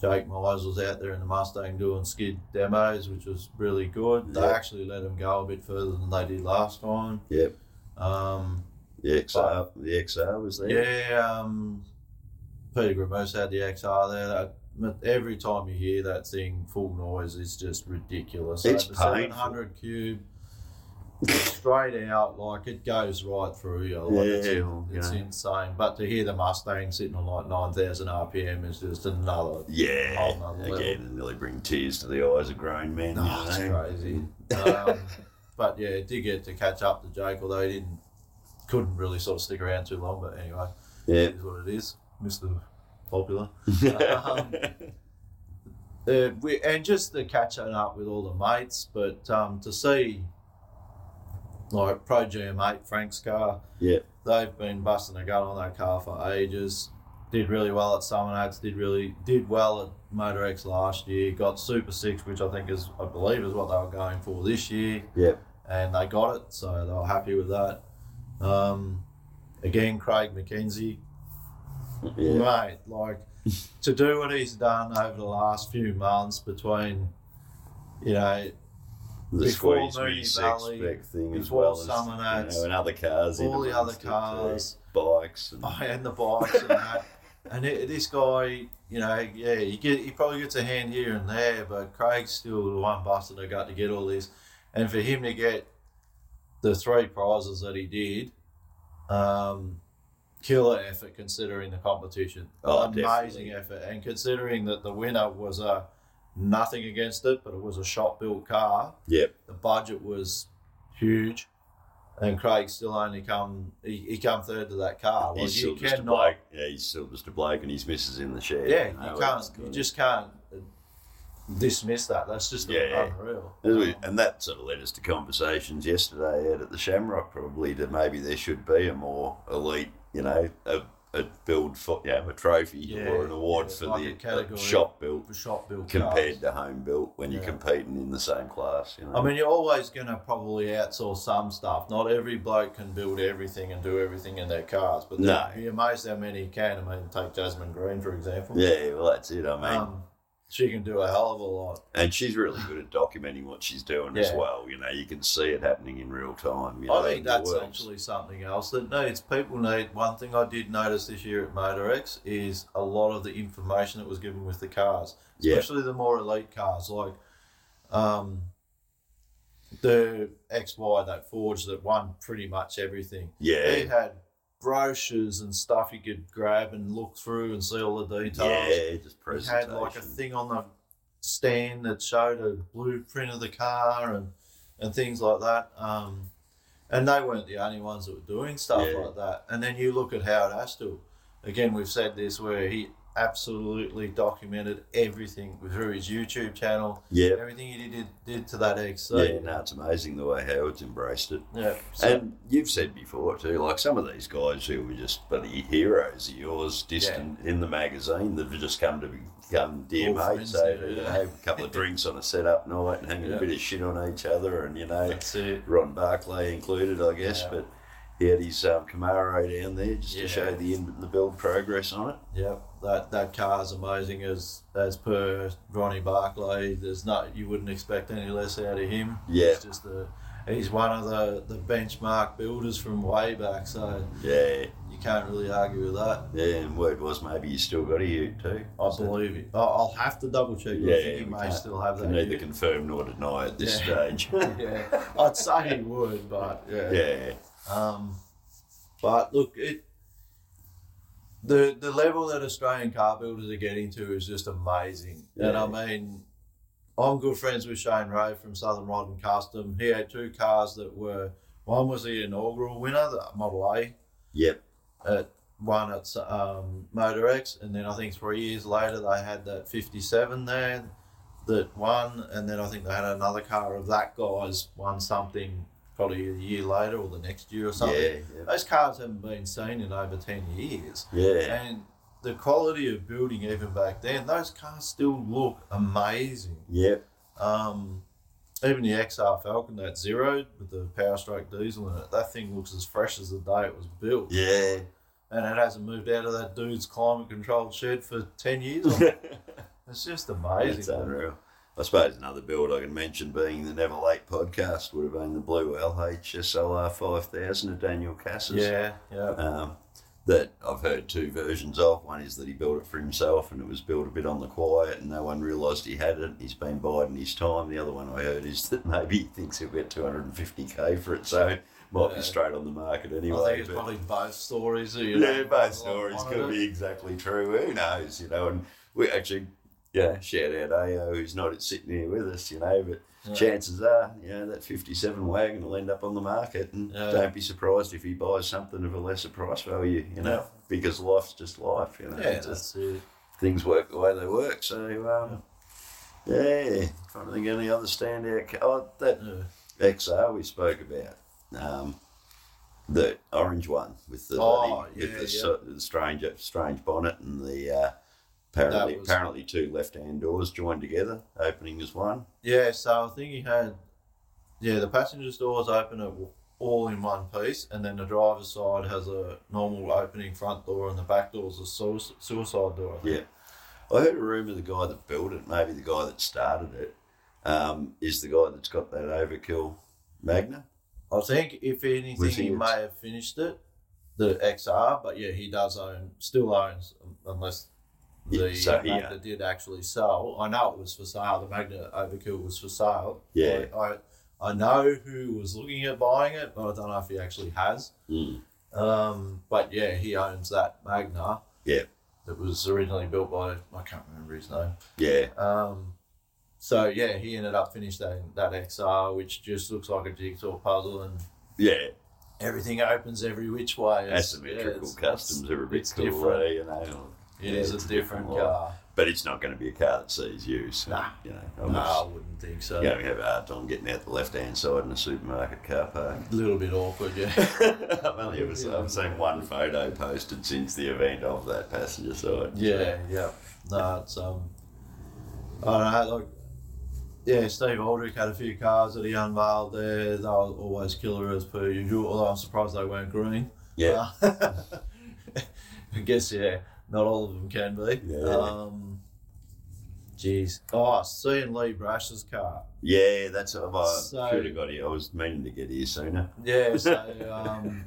S5: Jake Myers was out there in the Mustang doing skid demos, which was really good. They
S1: Yeah.
S5: actually let him go a bit further than they did last time.
S1: Yep,
S5: Um,
S1: the XR, the XR was there.
S5: yeah, um, Peter Grimos had the XR there. That, but every time you hear that thing, full noise is just ridiculous.
S1: It's
S5: Over
S1: painful.
S5: 700 cube. straight out, like it goes right through you. Like it's,
S1: Yeah, well, you
S5: it's
S1: know.
S5: insane. But to hear the Mustang sitting on like nine thousand RPM is just another.
S1: Yeah,
S5: Oh, no, well.
S1: again, it really bring tears to the eyes of grown men.
S5: No,
S1: you know?
S5: it's crazy. um, but yeah, it did get to catch up to Jake, although he didn't, couldn't really sort of stick around too long. But anyway,
S1: Yeah.
S5: it is what it is. Mr. Popular. Um, uh, we, and just the catching up with all the mates, but um, to see like Pro GM8 Frank's car,
S1: yeah,
S5: they've been busting a gun on that car for ages. Did really well at Summit Oaks. Did really did well at Motor X last year. Got Super Six, which I think is I believe is what they were going for this year
S1: yeah,
S5: and they got it, so they were happy with that. Um, again, Craig McKenzie,
S1: yeah.
S5: mate, like to do what he's done over the last few months between, you know,
S1: The
S5: Before
S1: squeeze
S5: Mooney
S1: we
S5: Valley,
S1: expect thing as
S5: before
S1: well as
S5: Summer Nights,
S1: you know, and other cars,
S5: all the other
S1: amongst it too,
S5: cars. Oh,
S1: bikes, and,
S5: I and the bikes and that. And it, this guy, you know, yeah, he get he probably gets a hand here and there, but Craig's still the one bastard that got to get all this. And for him to get the three prizes that he did, um, killer effort considering the competition.
S1: Oh,
S5: Amazing
S1: definitely.
S5: effort. And considering that the winner was a nothing against it, but it was a shop built car.
S1: Yep.
S5: The budget was huge. And Craig still only come he, he come third to that car. Well,
S1: he's
S5: Oh, you
S1: Sylvester
S5: cannot
S1: Blake. Yeah, he's Sylvester Blake, and his missus in the shed.
S5: yeah,
S1: know,
S5: you
S1: it's
S5: can't.
S1: good.
S5: You just can't uh, dismiss that. That's just
S1: Yeah.
S5: unreal. Um,
S1: As we- And that sort of led us to conversations yesterday out at the Shamrock, probably that maybe there should be a more elite, you know, a, a build for, you know, a trophy
S5: Yeah,
S1: or an award
S5: yeah,
S1: for
S5: like a
S1: the
S5: category.
S1: shop built
S5: For shop built
S1: compared
S5: cars.
S1: to home built when you're
S5: Yeah.
S1: competing in the same class. You know,
S5: I mean, you're always going to probably outsource some stuff. Not every bloke can build everything and do everything in their cars, but
S1: No.
S5: you'd be amazed how many can. I mean, take Jasmine Green for example.
S1: yeah, well, that's it. I mean,
S5: um, she can do a hell of a lot.
S1: and she's really good at documenting what she's doing as
S5: Yeah.
S1: well. You know, you can see it happening in real time. You know,
S5: I think
S1: and it
S5: that's
S1: works.
S5: actually something else that needs people need. One thing I did notice this year at MotorX is a lot of the information that was given with the cars,
S1: Yeah.
S5: especially the more elite cars like um, the XY that Forge that won pretty much everything. They
S1: yeah,
S5: had brochures and stuff you could grab and look through and see all the details.
S1: yeah, just
S5: It
S1: presentation.
S5: had like a thing on the stand that showed a blueprint of the car and and things like that. Um, and they weren't the only ones that were doing stuff
S1: Yeah.
S5: like that. And then you look at Howard Astle. Again, we've said this where he absolutely documented everything through his YouTube channel,
S1: yeah,
S5: everything he did did to that XC.
S1: yeah. No, it's amazing the way Howard's embraced it.
S5: Yeah, so-
S1: and you've said before too, like some of these guys who were just bloody heroes of yours, distant in the magazine, that have just come to become dear
S5: All
S1: mates.
S5: friends
S1: So
S5: now,
S1: you know,
S5: yeah.
S1: have a couple of drinks on a set up night and hanging a
S5: Yeah.
S1: bit of shit on each other, and you know,
S5: that's it.
S1: Ron Barclay included, I guess,
S5: Yeah.
S1: but. He had his um, Camaro down there just to
S5: Yeah.
S1: show the in, the build progress on it.
S5: Yep, that that car's amazing as as per Ronnie Barclay. There's no you wouldn't expect any less out of him.
S1: Yeah.
S5: he's just a he's one of the the benchmark builders from way back, so
S1: Yeah,
S5: you can't really argue with that.
S1: yeah. And word was maybe you still got a Ute too.
S5: I
S1: So-
S5: believe it. I- I'll have to double check.
S1: Yeah,
S5: I think he
S1: we
S5: may
S1: can't-
S5: still have that.
S1: Can neither confirm nor deny at this stage.
S5: yeah, I'd say he would, but
S1: yeah.
S5: Um, but look, it the the level that Australian car builders are getting to is just amazing. And
S1: Yeah.
S5: I mean, I'm good friends with Shane Rowe from Southern Rod and Custom. He had two cars that were one was the inaugural winner, the Model A,
S1: Yep.
S5: one at um, Motor X, and then I think three years later they had that 57 there that won, and then I think they had another car of that guy's won something probably a year later or the next year or something.
S1: Yeah. yeah.
S5: Those cars haven't been seen in over 10 years.
S1: Yeah,
S5: And the quality of building, even back then, those cars still look amazing.
S1: yeah,
S5: Um, even the XR Falcon, that Zero with the Power Strike diesel in it, that thing looks as fresh as the day it was built.
S1: yeah.
S5: And it hasn't moved out of that dude's climate controlled shed for 10 years. or- it's just amazing.
S1: That's unreal. I suppose another build I can mention being the Never Late podcast would have been the Blue LH SLR 5000 of Daniel Cassis.
S5: Yeah, yeah.
S1: Um, that I've heard two versions of. One is that he built it for himself and it was built a bit on the quiet and no one realised he had it. He's been biding his time. The other one I heard is that maybe he thinks he'll get 250k for it, so it might
S6: Yeah.
S1: be straight on the market
S5: I
S1: anyway.
S5: think it's
S1: but-
S5: probably both stories. You know,
S1: yeah, both stories
S5: One of
S1: could
S5: it.
S1: be exactly true. Who knows, you know? And we actually, yeah, shout out AO who's not sitting here with us, you know, but
S5: Yeah.
S1: chances are, you know, that 57 wagon will end up on the market. And
S5: Yeah.
S1: don't be surprised if he buys something of a lesser price value, you know,
S5: Yeah.
S1: because life's just life, you know.
S5: Yeah,
S1: It's just
S5: that's it.
S1: things work the way they work. So, um, yeah, trying to think of any other standout. ca- Oh, that
S5: Yeah.
S1: XR we spoke about. Um, the orange one with the
S5: Oh,
S1: bloody- with
S5: yeah,
S1: the, so- the strange strange bonnet and the uh, apparently
S5: That was-
S1: apparently two left hand doors joined together, opening as one.
S5: Yeah, so I think he had, yeah, the passenger's doors open at w- all in one piece, and then the driver's side has a normal opening front door, and the back door is a sui- suicide door. I think.
S1: Yeah. I heard a rumor the guy that built it, maybe the guy that started it, um, is the guy that's got that overkill Magna.
S5: I think if anything,
S1: Was he
S5: he
S1: a-
S5: may have finished it, the XR, but yeah, he does own, still owns, um, unless the
S1: Yeah, so he, uh,
S5: Magna did actually sell. I know it was for sale. The Magna Overkill was for sale.
S1: Yeah.
S5: I, I, I know who was looking at buying it, but I don't know if he actually has.
S1: Mm.
S5: Um, but yeah, he owns that Magna.
S1: Yeah.
S5: That was originally built by I can't remember his name.
S1: Yeah,
S5: Um, so yeah, he ended up finishing that XR, which just looks like a jigsaw puzzle, and
S1: yeah.
S5: everything opens every which way. It's- yeah,
S1: Asymmetrical
S5: it's-
S1: customs are a bit
S5: it's
S1: cool,
S5: different.
S1: eh, you know.
S5: It is
S1: Yeah, it's a
S5: a different
S1: different one.
S5: car.
S1: But it's not going to be a car that sees you. So,
S5: Nah.
S1: you know,
S5: No,
S1: obviously.
S5: I wouldn't think so.
S1: Yeah, we have a hard time getting out the left hand side in a supermarket car park.
S5: A little bit awkward, yeah.
S1: I've only ever seen, I've seen one photo posted since the event of that passenger side.
S5: Yeah, yeah. No, it's um. I don't know, like, yeah, Steve Aldrich had a few cars that he unveiled there. They were always killer as per usual. Although I'm surprised they weren't green.
S1: Yeah.
S5: Uh, I guess yeah, not all of them can be.
S1: Yeah.
S5: Um. Jeez. Oh, seeing Lee Brash's car.
S1: Yeah, that's what I
S5: So-
S1: should have got here. I was meaning to get here sooner.
S5: Yeah. So um.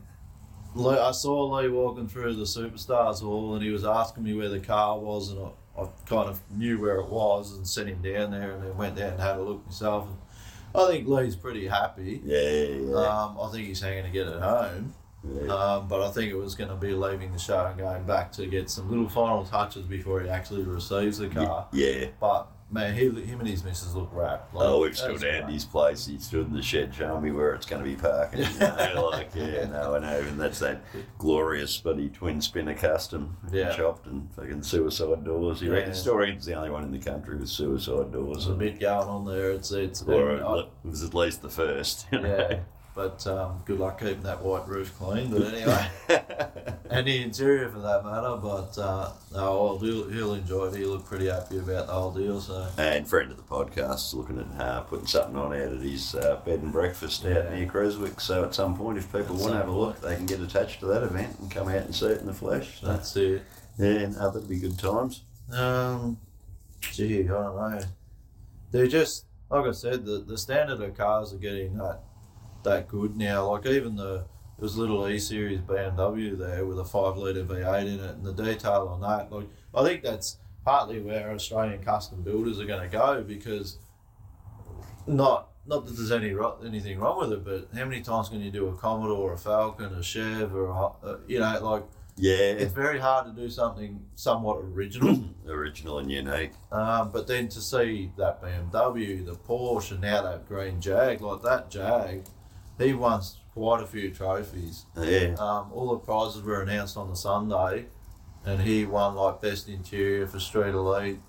S5: Lee, I saw Lee walking through the Superstars Hall and he was asking me where the car was, and I, I kind of knew where it was and sent him down there and then went down and had a look myself. And I think Lee's pretty happy.
S1: Yeah, yeah,
S5: Um, I think he's hanging to get it home,
S1: yeah.
S5: um, but I think it was going to be leaving the show and going back to get some little final touches before he actually receives the car.
S1: yeah.
S5: But man, he, him and his missus look wrapped. Like,
S1: Oh, we've
S5: that was
S1: stood at
S5: great.
S1: Andy's place. He stood in the shed showing me where it's going to be parking. You know, like, yeah, no, I know. And that's that glorious buddy twin spinner custom
S5: Yeah.
S1: chopped and fucking suicide doors. He
S5: Yeah.
S1: reckons, still reckons the only one in the country with suicide doors.
S5: There's a bit going on there. It's it's
S1: or
S5: I-
S1: it was at least the first. you know.
S5: yeah. But um, good luck keeping that white roof clean. But anyway, and the interior for that matter. But uh, no, well, he'll, he'll enjoy it. He looked pretty happy about the whole deal. So
S1: And friend of the podcast's looking at uh, putting something on out at his uh, bed and breakfast out
S5: Yeah.
S1: near Creswick. So at some point, if people want
S5: At some
S1: to have a look, they can get attached to that event and come out and see it in the flesh. So,
S5: that's it.
S1: yeah, no, that'd be good times.
S5: Um, gee, I don't know. They're just like I said. The, the standard of cars are getting that that good now. Like even the there was a little E Series BMW there with a five litre V eight in it, and the detail on that. Like I think that's partly where Australian custom builders are going to go because not not that there's any ro- anything wrong with it, but how many times can you do a Commodore, a Falcon, a Chev, or a, uh, you know, like
S1: Yeah,
S5: it's very hard to do something somewhat original.
S1: original and unique.
S5: Um, but then to see that BMW, the Porsche, and now that green Jag, like that Jag, he won quite a few trophies.
S1: Yeah,
S5: Um, all the prizes were announced on the Sunday, and he won like best interior for Street Elite.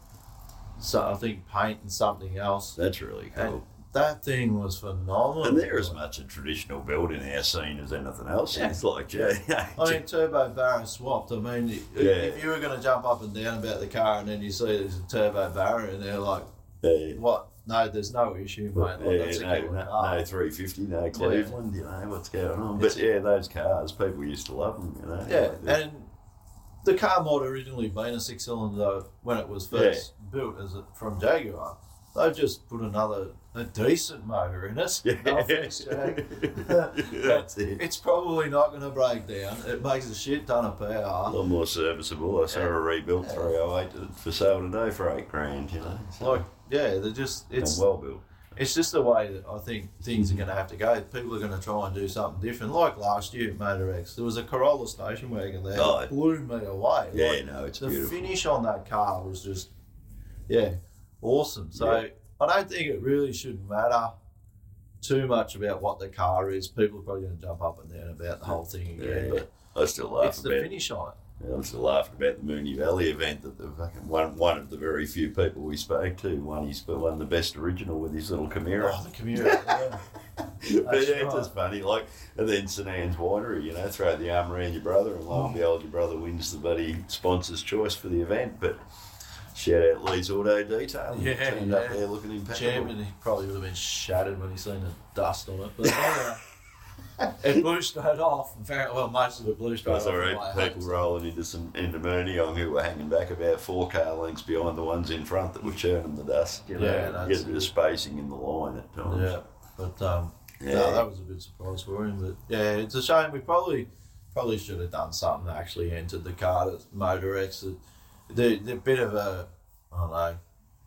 S5: So I think paint and something else.
S1: that's really cool.
S5: That thing was phenomenal.
S1: And they're as much a traditional build in our scene as anything else.
S5: Yeah.
S1: It's like, yeah,
S5: I mean, turbo barrow swapped. I mean, i-
S1: Yeah.
S5: if you were going to jump up and down about the car and then you see there's a turbo barrow and they're like,
S1: yeah.
S5: what? No, there's no issue, mate. Like,
S1: yeah,
S5: that's a
S1: no, no,
S5: good one. Ah.
S1: no 350, no Cleveland, you know, what's going on? But
S5: It's-
S1: yeah, those cars, people used to love them, you know.
S5: Yeah,
S1: like
S5: and the car might originally been a six cylinder when it was first built as a, from Jaguar, they've just put another a decent motor in it. No offense, Jack.
S1: That's it.
S5: uh, It's probably not going to break down. It makes a shit ton of
S1: A
S5: power.
S1: lot more serviceable. I saw a rebuilt 308 for sale today for eight grand, you know. So,
S5: Like, yeah, they're just it's
S1: and well built.
S5: it's just the way that I think things are going to have to go. People are going to try and do something different. Like last year at Motor X, there was a Corolla station wagon there.
S1: Oh.
S5: It blew me away.
S1: Yeah,
S5: Like,
S1: no, it's
S5: the
S1: beautiful.
S5: finish on that car was just, yeah, awesome. So I don't think it really should matter too much about what the car is. People are probably going to jump up and down about the whole thing again,
S1: Yeah.
S5: but
S1: I still laugh
S5: it's the
S1: about
S5: finish on it.
S1: Yeah, I was laughing about the Mooney Valley event that the fucking one one of the very few people we spoke to won his won the best original with his little Camaro.
S5: Oh, the community. yeah.
S1: but
S5: that's
S1: yeah, it's
S5: right.
S1: just funny. Like and then St Anne's Winery, you know, throw the arm around your brother, and lo and
S5: Mm.
S1: behold, your brother wins the buddy sponsor's choice for the event. But shout out Lee's Auto Detailing.
S5: Yeah,
S1: turned up
S5: yeah.
S1: there looking impeccable.
S5: Chairman, he probably would have been shattered when he seen the dust on it. But anyway, it blew straight off. Very, well, most of it blew straight
S1: Guys,
S5: off.
S1: I read
S5: my
S1: people
S5: hands.
S1: rolling into some into Murniong who were hanging back about four car lengths behind the ones in front that were churning the dust. You know,
S5: Yeah,
S1: you
S5: that's-
S1: get a bit of spacing in the line at times.
S5: Yeah, but um, no,
S1: Yeah.
S5: that was a big surprise for him. But yeah, it's a shame. We probably probably should have done something that actually entered the car at Motor X. They're, they're a bit of a, I don't know,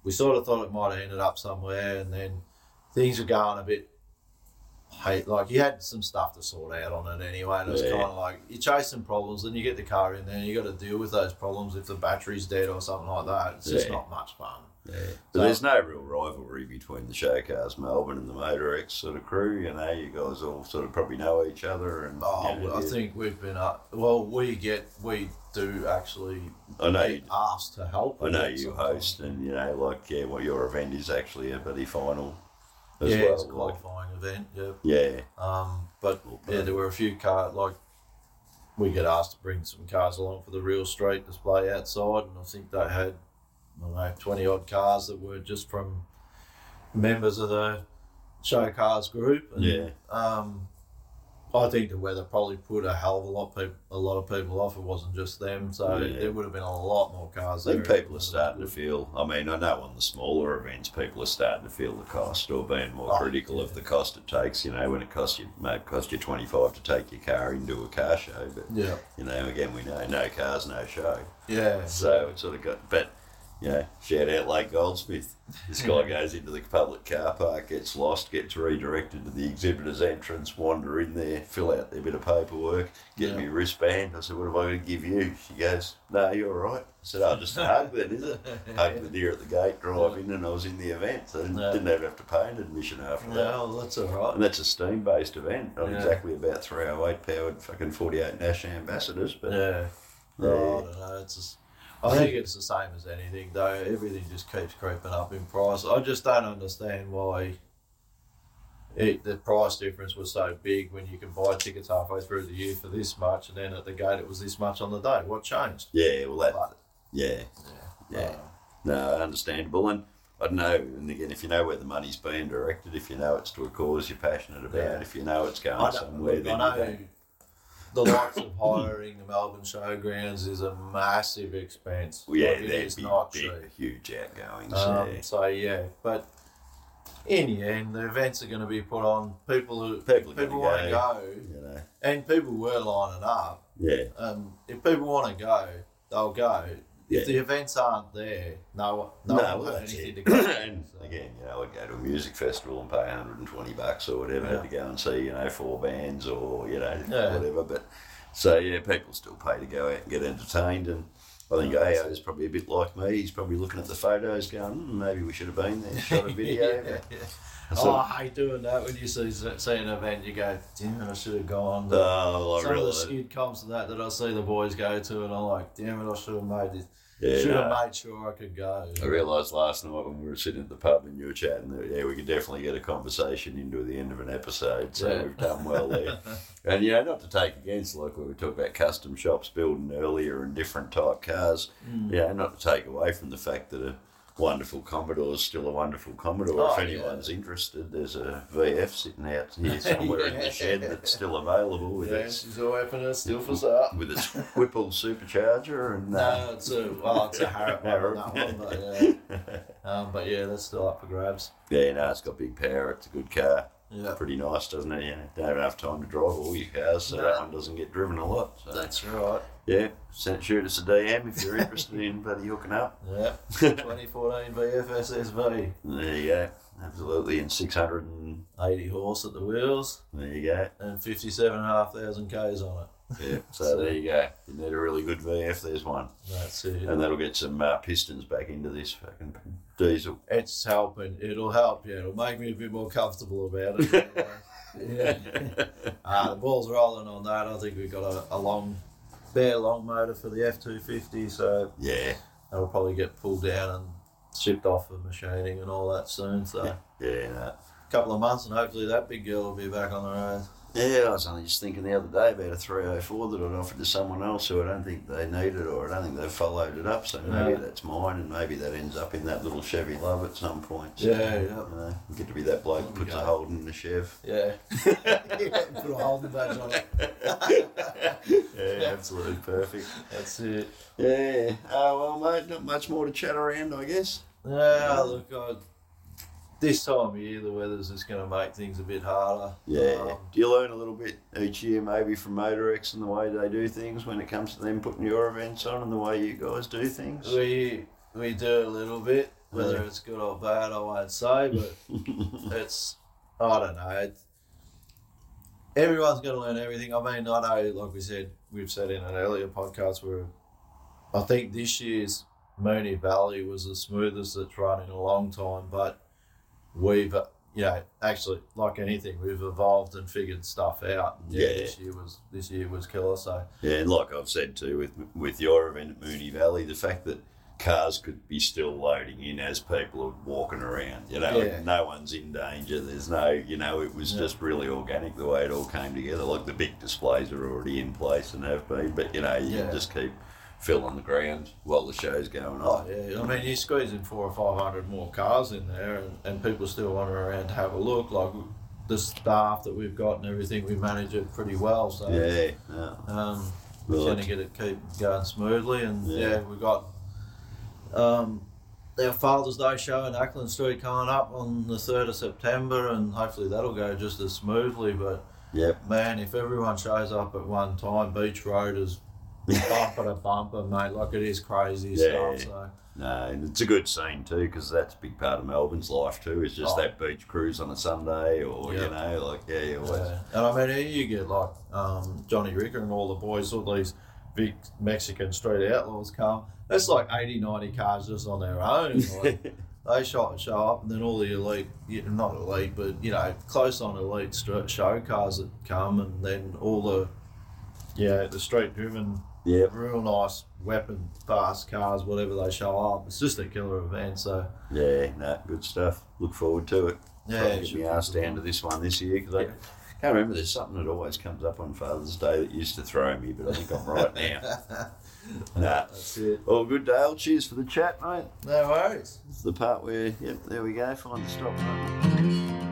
S5: we sort of thought it might have ended up somewhere and then things were going a bit hate like you had some stuff to sort out on it anyway and it was
S1: Yeah.
S5: kind of like you're chasing problems then you get the car in there and you got to deal with those problems if the battery's dead or something like that it's just
S1: Yeah.
S5: not much fun
S1: But there's no real rivalry between the show cars Melbourne and the Motor X sort of crew. You know, you guys all sort of probably know each other. And
S5: Oh,
S1: you know,
S5: well, I
S1: you-
S5: think we've been up. Well, we get we do actually
S1: I know. You,
S5: get asked to help.
S1: I know
S5: with it
S1: you
S5: sometimes.
S1: host, and you know, like yeah, well, your event is actually a buddy final as
S5: yeah,
S1: well.
S5: it's a
S1: like,
S5: qualifying event. Yeah.
S1: yeah,
S5: Um, but
S1: Okay.
S5: yeah, there were a few car like we get asked to bring some cars along for the real street display outside, and I think they had I don't know twenty odd cars that were just from members of the show cars group. And,
S1: yeah.
S5: Um, I think the weather probably put a hell of a lot of people, a lot of people off. It wasn't just them, so
S1: Yeah.
S5: there would have been a lot more cars.
S1: I think
S5: there.
S1: people are starting to feel. I mean, I know on the smaller events, people are starting to feel the cost, or being more
S5: Oh,
S1: critical of the cost it takes. You know, when it costs you, may cost you twenty five to take your car into a car show, but
S5: Yeah,
S1: you know, again, we know no cars, no show.
S5: yeah,
S1: So it sort of got, but you know, shout out Lake Goldsmith. This guy goes into the public car park, gets lost, gets redirected to the exhibitor's entrance, wander in there, fill out their bit of paperwork, get
S5: Yeah.
S1: me wristband. I said, What have I got to give you? She goes, No, you're all right. I said, Oh, just a hug then, is it? Hug with here at the gate, drive in, and I was in the event. So I didn't,
S5: Yeah.
S1: didn't even have to pay an admission after that.
S5: Well, that's all right.
S1: And that's a steam based event, not
S5: Yeah.
S1: exactly about 308 powered fucking 48 Nash ambassadors, but
S5: Yeah,
S1: Yeah.
S5: Oh, I don't know. It's just, I think it's the same as anything though. Everything just keeps creeping up in price. I just don't understand why. It, the price difference was so big when you can buy tickets halfway through the year for this much, and then at the gate it was this much on the day. What changed?
S1: yeah, well, that,
S5: But,
S1: yeah. Yeah.
S5: uh,
S1: No, understandable. And I don't know, and again, if you know where the money's being directed, if you know it's to a cause you're passionate about,
S5: Yeah.
S1: if you know it's going
S5: I don't
S1: somewhere,
S5: look, I
S1: then you
S5: know
S1: don't-
S5: the likes of hiring the Melbourne Showgrounds is a massive expense.
S1: Well, yeah,
S5: Like, it
S1: there's
S5: is not
S1: big,
S5: cheap.
S1: huge outgoings.
S5: Um,
S1: yeah.
S5: so yeah, but in the end, the events are going to be put on people who
S1: People are
S5: people,
S1: gonna
S5: want to
S1: go.
S5: go,
S1: You know,
S5: and people were lining up.
S1: yeah,
S5: Um, if people want to go, they'll go.
S1: Yeah.
S5: If the events aren't there, no, one- no,
S1: no,
S5: no
S1: well,
S5: one has
S1: that's
S5: anything
S1: it.
S5: to go.
S1: and
S5: So,
S1: again, you know, I'd go to a music festival and pay 120 bucks or whatever
S5: Yeah.
S1: to go and see, you know, four bands or you know
S5: Yeah.
S1: whatever. But so yeah, people still pay to go out and get entertained, and I think AO is probably a bit like me. He's probably looking at the photos, going, hmm, maybe we should have been there, shot a video.
S5: yeah, yeah.
S1: That's
S5: Oh,
S1: all.
S5: I hate doing that when you see see an event, you go, damn it, I should have gone.
S1: Oh, well, I
S5: Some of the
S1: realise.
S5: skewed comps and that that I see the boys go to, and I'm like, damn it, I should have made this.
S1: Yeah,
S5: should have
S1: no.
S5: made sure I could go.
S1: I realised last night when we were sitting at the pub and you were chatting that yeah, we could definitely get a conversation into the end of an episode. So
S5: Yeah.
S1: we've done well there. and you know, not to take against like we were talking about custom
S5: Mm.
S1: shops building earlier and different type cars. Yeah, not to take away from the fact that a wonderful Commodore is still a wonderful Commodore.
S5: Oh,
S1: if
S5: yeah.
S1: anyone's interested, there's a VF sitting out here somewhere in the shed that's still available with
S5: yeah,
S1: its
S5: she's all weapon and still for sale.
S1: with its Whipple supercharger and uh,
S5: No, it's a well, it's a Harrop
S1: Harrop.
S5: one, that one, but yeah. Um, but yeah, that's still up for grabs.
S1: yeah, no, it's got big power. It's a good car.
S5: Yeah,
S1: Pretty nice, doesn't it? You don't have enough time to drive all your cars, so that
S5: No.
S1: one doesn't get driven a lot. So
S5: that's right.
S1: yeah, send, shoot us a DM if you're interested in bloody hooking up.
S5: Yeah, 2014 VFSSV,
S1: There you go. Absolutely. And 600 and
S5: 80 horse at the wheels
S1: there you go.
S5: and 57,500 k's on it.
S1: Yeah. So there you go. You need a really good VF. There's one.
S5: That's it.
S1: And that'll get some uh, pistons back into this fucking diesel.
S5: It's helping. It'll help. Yeah, it'll make me a bit more comfortable about it. yeah. Uh, the ball's rolling on that. I think we've got a, a long, fair long motor for the F two fifty, so
S1: Yeah.
S5: that'll probably get pulled down and shipped off for machining and all that soon. So a
S1: Yeah. No.
S5: couple of months, and hopefully that big girl will be back on the road.
S1: Yeah, I was only just thinking the other day about a 304 that I'd offered to someone else who I don't think they needed or I don't think they followed it up. So maybe
S5: Yeah.
S1: that's mine and maybe that ends up in that little Chevy Love at some point. So,
S5: Yeah, yeah.
S1: You know, we get to be that bloke who puts a Holden in the Chev.
S5: Yeah. Put a holding badge on it.
S1: Yeah, absolutely perfect.
S5: That's it.
S1: Yeah. Oh well, mate. Not much more to chat around, I guess.
S5: Yeah, look, I, this time of year the weather's just going to make things a bit harder.
S1: Yeah.
S5: Um,
S1: Uh, Do you learn a little bit each year, maybe from Motorex and the way they do things when it comes to them putting your events on and the way you guys do things?
S5: We we do a little bit, whether
S1: Yeah.
S5: it's good or bad, I won't say, but it's I don't know. It, everyone's got to learn everything. I mean, I know, like we said, we've said in an earlier podcast, where I think this year's Mooney Valley was the smoothest it's run in a long time, but we've uh, you know actually like anything, we've evolved and figured stuff out.
S1: Yeah.
S5: this year was this year was killer. So
S1: Yeah, and like I've said too, with with your event at Mooney Valley, the fact that cars could be still loading in as people are walking around. You know,
S5: Yeah.
S1: no one's in danger. There's no, you know, it was
S5: Yeah.
S1: just really organic the way it all came together. Like the big displays are already in place and have been, but you know, you
S5: Yeah.
S1: can just keep filling the ground while the show's going
S5: Oh
S1: on.
S5: yeah, I mean you're squeezing four or five hundred more cars in there, and, and people still wander around to have a look. Like the staff that we've got and everything, we manage it pretty well. So
S1: Yeah, yeah.
S5: um, we're
S1: Right.
S5: going to get it keep going smoothly, and
S1: Yeah.
S5: yeah, we've got um, our Father's Day show in Ackland Street coming up on the third of September, and hopefully that'll go just as smoothly. But
S1: Yep.
S5: man, if everyone shows up at one time, Beach Road is bumper to bumper, mate. Like it is crazy
S1: Yeah.
S5: stuff. So.
S1: No, and it's a good scene too because that's a big part of Melbourne's life too. Is just
S5: Oh.
S1: that beach cruise on a Sunday, or you
S5: Yeah.
S1: know, like yeah, you always.
S5: Yeah. And I mean, here you get like um, Johnny Ricker and all the boys, all these big Mexican street outlaws come. That's like 80, 90 cars just on their own. Like, they show, show up, and then all the elite, you know, not elite, but you know, close on elite street show cars that come, and then all the yeah, the street driven,
S1: Yep.
S5: real nice weapon, fast cars, whatever they show up. It's just a killer event. So
S1: Yeah, no, good stuff. Look forward to it.
S5: Yeah,
S1: Probably
S5: it
S1: get
S5: should
S1: me
S5: be
S1: ass
S5: good.
S1: down to this one this year because I
S5: Yeah.
S1: can't remember. There's something that always comes up on Father's Day that used to throw me, but I think I'm right now. Nah.
S5: that's it.
S1: All good, Dale. Cheers for the chat, mate.
S5: No worries.
S1: It's the part where, yep, there we go. Find the stop. button.